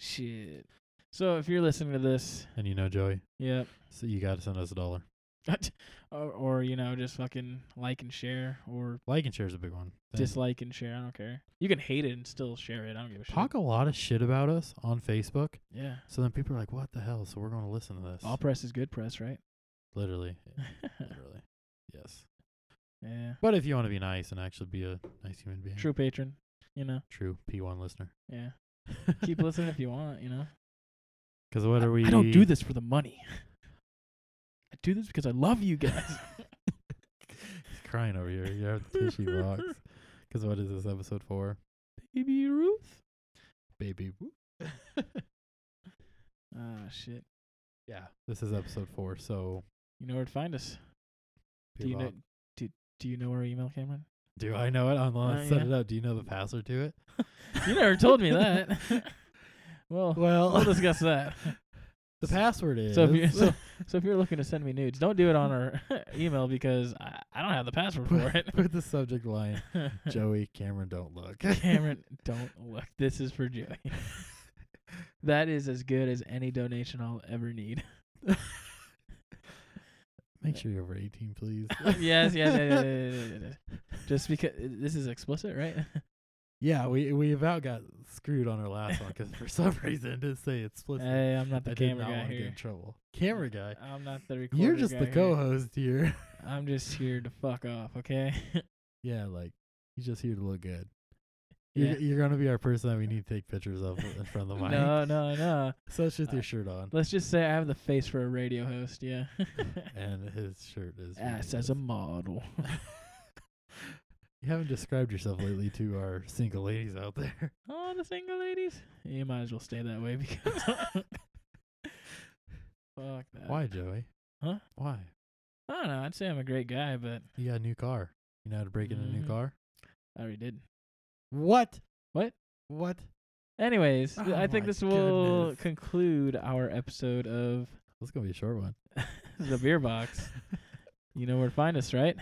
[SPEAKER 2] Shit. So if you're listening to this,
[SPEAKER 1] and you know Joey,
[SPEAKER 2] yep,
[SPEAKER 1] so you got to send us a dollar.
[SPEAKER 2] or, or you know just fucking like and share or
[SPEAKER 1] Like and share is a big one. Thank-
[SPEAKER 2] dislike and share. I don't care. You can hate it and still share it. I don't give a shit.
[SPEAKER 1] Talk a lot of shit about us on Facebook,
[SPEAKER 2] Yeah.
[SPEAKER 1] so then people are like, "What the hell?" So we're going to listen to this.
[SPEAKER 2] All press is good press, right?
[SPEAKER 1] Literally, literally, yes.
[SPEAKER 2] yeah.
[SPEAKER 1] But if you want to be nice and actually be a nice human being,
[SPEAKER 2] True patron. You know.
[SPEAKER 1] true P1 listener.
[SPEAKER 2] Yeah. Keep listening if you want, you know.
[SPEAKER 1] Because what are we?
[SPEAKER 2] I don't do this for the money. I do this because I love you guys.
[SPEAKER 1] He's crying over here. You have the tissue box. Because what is this episode for?
[SPEAKER 2] Baby Ruth.
[SPEAKER 1] Baby. woo.
[SPEAKER 2] Ah, shit.
[SPEAKER 1] Yeah, this is episode four. So
[SPEAKER 2] You know where to find us.
[SPEAKER 1] be
[SPEAKER 2] do you know
[SPEAKER 1] about-
[SPEAKER 2] do, do you know our email, Cameron?
[SPEAKER 1] do I know it? Unless
[SPEAKER 2] Uh,
[SPEAKER 1] I set
[SPEAKER 2] yeah.
[SPEAKER 1] it up. Do you know the password to it?
[SPEAKER 2] You never told me that. well,
[SPEAKER 1] Well,
[SPEAKER 2] we'll discuss that.
[SPEAKER 1] the password is.
[SPEAKER 2] So if you so, so if you're looking to send me nudes, don't do it on our email because I, I don't have the password for it.
[SPEAKER 1] put the subject line. Joey Cameron, don't look.
[SPEAKER 2] Cameron, don't look. This is for Joey. that is as good as any donation I'll ever need.
[SPEAKER 1] Make sure you're over 18, please.
[SPEAKER 2] yes, yes, yes, yes, yes, yes, yes, yes. Just because this is explicit, right?
[SPEAKER 1] Yeah, we we about got screwed on our last one because for some reason it didn't say it split.
[SPEAKER 2] Hey, I'm not Uh, the
[SPEAKER 1] I did
[SPEAKER 2] camera
[SPEAKER 1] not
[SPEAKER 2] guy
[SPEAKER 1] want to get
[SPEAKER 2] here.
[SPEAKER 1] in trouble. Camera guy,
[SPEAKER 2] I'm not the recorder.
[SPEAKER 1] you're just
[SPEAKER 2] guy
[SPEAKER 1] the
[SPEAKER 2] here.
[SPEAKER 1] co-host here.
[SPEAKER 2] I'm just here to fuck off, okay?
[SPEAKER 1] yeah, like he's just here to look good.
[SPEAKER 2] yeah.
[SPEAKER 1] You're, you're gonna be our person that we need to take pictures of in front of the mic.
[SPEAKER 2] No, no, no.
[SPEAKER 1] Such with
[SPEAKER 2] Uh,
[SPEAKER 1] your shirt on,
[SPEAKER 2] Let's just say I have the face for a radio host, yeah.
[SPEAKER 1] and his shirt is.
[SPEAKER 2] Ass as a
[SPEAKER 1] ridiculous.
[SPEAKER 2] model.
[SPEAKER 1] You haven't described yourself lately to our single ladies out there.
[SPEAKER 2] Oh, the single ladies. You might as well stay that way because fuck that.
[SPEAKER 1] Why, Joey?
[SPEAKER 2] Huh?
[SPEAKER 1] Why?
[SPEAKER 2] I don't know. I'd say I'm a great guy, but
[SPEAKER 1] You got a new car. You know how to break in a new
[SPEAKER 2] Mhm.
[SPEAKER 1] car?
[SPEAKER 2] I already did.
[SPEAKER 1] What?
[SPEAKER 2] What?
[SPEAKER 1] What?
[SPEAKER 2] Anyways, th-
[SPEAKER 1] Oh
[SPEAKER 2] I think
[SPEAKER 1] my
[SPEAKER 2] this will
[SPEAKER 1] goodness.
[SPEAKER 2] conclude our episode of
[SPEAKER 1] This is gonna be a short one.
[SPEAKER 2] the Beer Box. you know where to find us, right?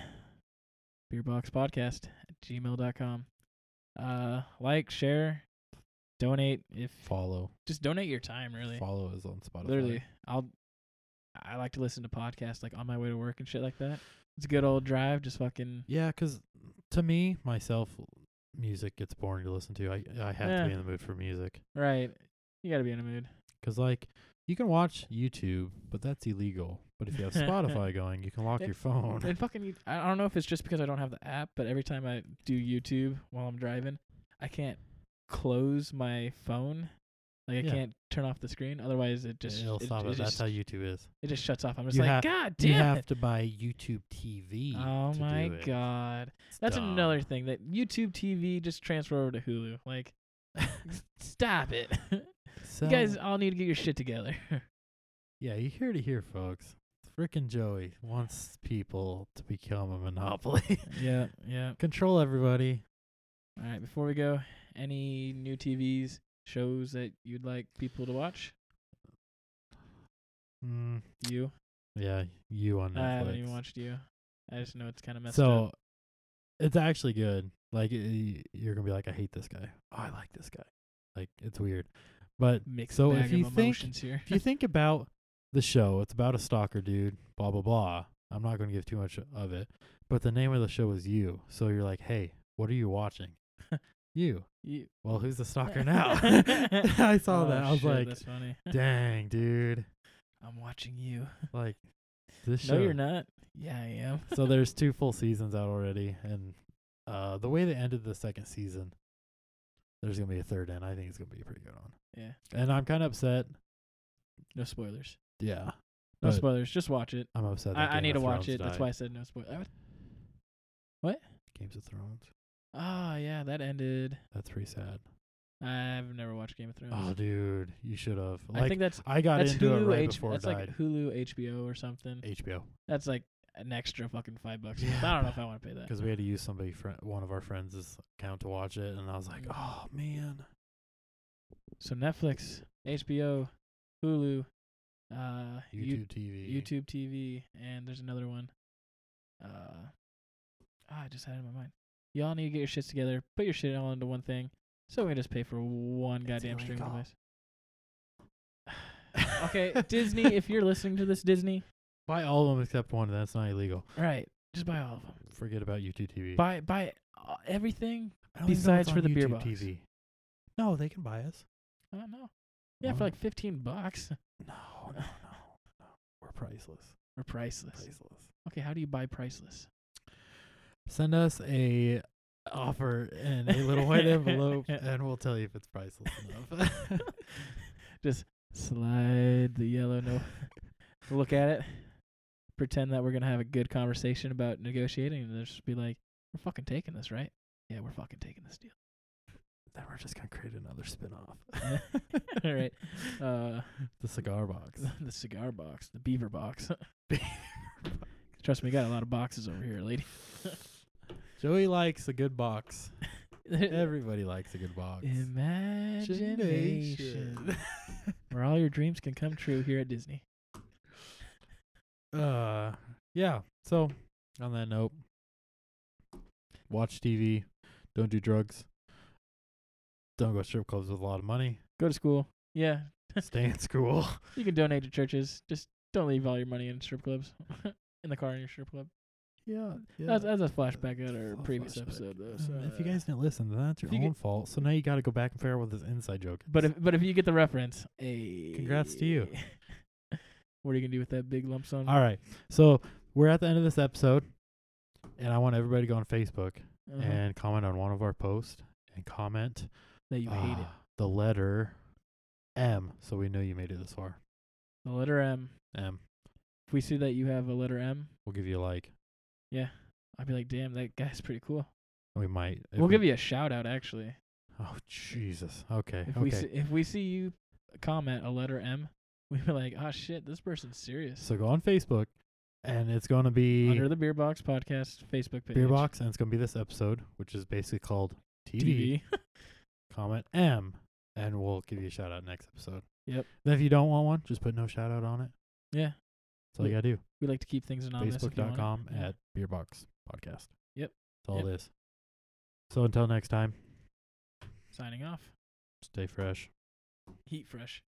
[SPEAKER 2] Beerboxpodcast at gmail.com. Uh, like, share, donate. If
[SPEAKER 1] Follow.
[SPEAKER 2] just donate your time, really.
[SPEAKER 1] Follow us on Spotify.
[SPEAKER 2] Literally, I'll. I like to listen to podcasts like on my way to work and shit like that. It's a good old drive, just fucking.
[SPEAKER 1] Yeah, 'cause to me, myself, music gets boring to listen to. I I have to
[SPEAKER 2] Yeah.
[SPEAKER 1] be in the mood for music.
[SPEAKER 2] Right, you gotta be in a mood.
[SPEAKER 1] 'Cause like you can watch YouTube, but that's illegal. But if you have Spotify going, you can lock
[SPEAKER 2] It-
[SPEAKER 1] your phone.
[SPEAKER 2] And fucking, you- I I don't know if it's just because I don't have the app, but every time I do YouTube while I'm driving, I can't close my phone. Like I
[SPEAKER 1] Yeah.
[SPEAKER 2] can't turn off the screen, otherwise it just
[SPEAKER 1] It'll
[SPEAKER 2] it,
[SPEAKER 1] stop
[SPEAKER 2] it
[SPEAKER 1] it. That's
[SPEAKER 2] just,
[SPEAKER 1] how YouTube is.
[SPEAKER 2] it just shuts off. I'm just
[SPEAKER 1] You have-
[SPEAKER 2] like, God
[SPEAKER 1] you
[SPEAKER 2] damn
[SPEAKER 1] have
[SPEAKER 2] it!
[SPEAKER 1] to buy YouTube TV.
[SPEAKER 2] Oh
[SPEAKER 1] to
[SPEAKER 2] my
[SPEAKER 1] do it.
[SPEAKER 2] god,
[SPEAKER 1] It's
[SPEAKER 2] that's
[SPEAKER 1] dumb.
[SPEAKER 2] another thing that YouTube TV just transfer over to Hulu. Like, stop it!
[SPEAKER 1] So,
[SPEAKER 2] you guys all need to get your shit together.
[SPEAKER 1] yeah, you hear to here, folks. Frickin' Joey wants people to become a monopoly.
[SPEAKER 2] yeah, yeah.
[SPEAKER 1] Control everybody.
[SPEAKER 2] All right, before we go, any new TVs shows that you'd like people to watch?
[SPEAKER 1] Mm,
[SPEAKER 2] You?
[SPEAKER 1] yeah, you on Netflix.
[SPEAKER 2] I haven't even watched you. I just know it's kind of messed
[SPEAKER 1] so
[SPEAKER 2] up.
[SPEAKER 1] it's actually good. Like y- y- you're gonna be like, I hate this guy. Oh, I like this guy. Like it's weird, but
[SPEAKER 2] Mixed
[SPEAKER 1] so
[SPEAKER 2] bag
[SPEAKER 1] if you
[SPEAKER 2] of
[SPEAKER 1] think
[SPEAKER 2] emotions here.
[SPEAKER 1] if you think about the show, it's about a stalker dude, blah blah blah. I'm not going to give too much of it, but the name of the show is You. So you're like, "Hey, what are you watching?" you.
[SPEAKER 2] You-
[SPEAKER 1] Well, who's the stalker now? I saw
[SPEAKER 2] Oh,
[SPEAKER 1] that. I was
[SPEAKER 2] shit,
[SPEAKER 1] like,
[SPEAKER 2] that's funny.
[SPEAKER 1] "Dang, dude!"
[SPEAKER 2] I'm watching you.
[SPEAKER 1] Like this
[SPEAKER 2] No,
[SPEAKER 1] show.
[SPEAKER 2] you're not. Yeah, I am.
[SPEAKER 1] so there's two full seasons out already, and uh, the way they ended the second season, there's gonna be a third, and I think it's gonna be a pretty good one.
[SPEAKER 2] Yeah.
[SPEAKER 1] And I'm kind of upset.
[SPEAKER 2] No spoilers.
[SPEAKER 1] Yeah,
[SPEAKER 2] No
[SPEAKER 1] But-
[SPEAKER 2] spoilers. Just watch it.
[SPEAKER 1] I'm upset. that
[SPEAKER 2] I, I
[SPEAKER 1] Game
[SPEAKER 2] need
[SPEAKER 1] of
[SPEAKER 2] to watch
[SPEAKER 1] Thrones
[SPEAKER 2] it. That's
[SPEAKER 1] died.
[SPEAKER 2] why I said no spoilers.
[SPEAKER 1] Games of Thrones.
[SPEAKER 2] Ah, yeah, that ended.
[SPEAKER 1] That's pretty sad.
[SPEAKER 2] I've never watched Game of Thrones.
[SPEAKER 1] Oh, dude, you should have. Like,
[SPEAKER 2] I think that's
[SPEAKER 1] I got
[SPEAKER 2] that's
[SPEAKER 1] into
[SPEAKER 2] Hulu
[SPEAKER 1] it right
[SPEAKER 2] H-
[SPEAKER 1] before it
[SPEAKER 2] that's
[SPEAKER 1] died.
[SPEAKER 2] like Hulu HBO or something.
[SPEAKER 1] HBO,
[SPEAKER 2] That's like an extra fucking five bucks. a
[SPEAKER 1] Yeah,
[SPEAKER 2] month. I don't know
[SPEAKER 1] but-
[SPEAKER 2] if I want to pay that.
[SPEAKER 1] because we had to use somebody, fri one of our friends' account to watch it, and I was like,
[SPEAKER 2] Mm.
[SPEAKER 1] oh man,
[SPEAKER 2] So Netflix, HBO, Hulu, uh, YouTube,
[SPEAKER 1] YouTube TV,
[SPEAKER 2] YouTube TV, and there's another one. Uh, ah, I just had it in my mind. Y'all need to get your shits together. Put your shit all into one thing, so we can just pay for one goddamn streaming
[SPEAKER 1] illegal.
[SPEAKER 2] device. Okay, Disney. If you're listening to this, Disney,
[SPEAKER 1] buy all of them except one. That's not illegal.
[SPEAKER 2] all right, just buy all of them.
[SPEAKER 1] Forget about YouTube TV.
[SPEAKER 2] Buy buy uh, everything.
[SPEAKER 1] I don't even know
[SPEAKER 2] besides
[SPEAKER 1] it's
[SPEAKER 2] for
[SPEAKER 1] on
[SPEAKER 2] the beer
[SPEAKER 1] YouTube
[SPEAKER 2] box.
[SPEAKER 1] TV. No, they can buy us.
[SPEAKER 2] I don't know. Yeah, for
[SPEAKER 1] Wow.
[SPEAKER 2] like fifteen bucks.
[SPEAKER 1] No, no, no, no. We're priceless.
[SPEAKER 2] Or priceless.
[SPEAKER 1] Priceless.
[SPEAKER 2] Okay, how do you buy priceless?
[SPEAKER 1] Send us a offer in a little white envelope, and we'll tell you if it's priceless enough.
[SPEAKER 2] Just slide the yellow no look at it. Pretend that we're gonna have a good conversation about negotiating and they'll just be like, We're fucking taking this, right? Yeah, we're fucking taking this deal.
[SPEAKER 1] then we're just gonna create another spin-off.
[SPEAKER 2] All right. Uh
[SPEAKER 1] The cigar box.
[SPEAKER 2] the cigar box, the beaver box. Trust me, we got a lot of boxes over here, lady.
[SPEAKER 1] Joey likes a good box. Everybody likes a good box.
[SPEAKER 2] Imagination. Where all your dreams can come true here at Disney.
[SPEAKER 1] uh yeah so on that note watch tv don't do drugs don't go to strip clubs with a lot of money
[SPEAKER 2] Go to school. Yeah,
[SPEAKER 1] stay in school
[SPEAKER 2] You can donate to churches. Just don't leave all your money in strip clubs, in the car in your strip club.
[SPEAKER 1] Yeah, yeah.
[SPEAKER 2] That's, that's a flashback at our
[SPEAKER 1] Fl-
[SPEAKER 2] previous
[SPEAKER 1] flashback.
[SPEAKER 2] episode, though.
[SPEAKER 1] Um,
[SPEAKER 2] So, uh,
[SPEAKER 1] if you guys didn't listen, then that's your
[SPEAKER 2] if you
[SPEAKER 1] own fault. So now you got to go back and figure out what this inside joke is.
[SPEAKER 2] but if but if you get the reference, hey,
[SPEAKER 1] Congrats to you.
[SPEAKER 2] what are you gonna do with that big lump sum?
[SPEAKER 1] all right, so we're at the end of this episode, and I want everybody to go on Facebook
[SPEAKER 2] Uh-huh.
[SPEAKER 1] and comment on one of our posts and comment
[SPEAKER 2] that you hate it.
[SPEAKER 1] uh, the letter M, so we know you made it this far.
[SPEAKER 2] The letter M.
[SPEAKER 1] M,
[SPEAKER 2] If we see that you have a letter M,
[SPEAKER 1] we'll give you a like.
[SPEAKER 2] I'd be like, damn, that guy's pretty cool.
[SPEAKER 1] We might. if
[SPEAKER 2] we'll
[SPEAKER 1] we-
[SPEAKER 2] give you a shout out actually.
[SPEAKER 1] Oh Jesus. Okay.
[SPEAKER 2] If
[SPEAKER 1] okay.
[SPEAKER 2] we see, if we see you comment a letter M, we be like, ah, shit, this person's serious.
[SPEAKER 1] so go on Facebook, and it's gonna be
[SPEAKER 2] Under the Beer Box Podcast Facebook page.
[SPEAKER 1] beer box, and it's gonna be this episode, which is basically called TV.
[SPEAKER 2] TV.
[SPEAKER 1] comment M, and we'll give you a shout out next episode.
[SPEAKER 2] Yep.
[SPEAKER 1] Then if you don't want one, just put no shout out on it.
[SPEAKER 2] yeah,
[SPEAKER 1] That's all you
[SPEAKER 2] We-
[SPEAKER 1] gotta do.
[SPEAKER 2] we like to keep things anonymous. if you want it.
[SPEAKER 1] Facebook.com
[SPEAKER 2] Yeah.
[SPEAKER 1] at Beerbox Podcast.
[SPEAKER 2] Yep.
[SPEAKER 1] That's all
[SPEAKER 2] Yep.
[SPEAKER 1] it is. So until next time,
[SPEAKER 2] signing off.
[SPEAKER 1] stay fresh.
[SPEAKER 2] Heat fresh.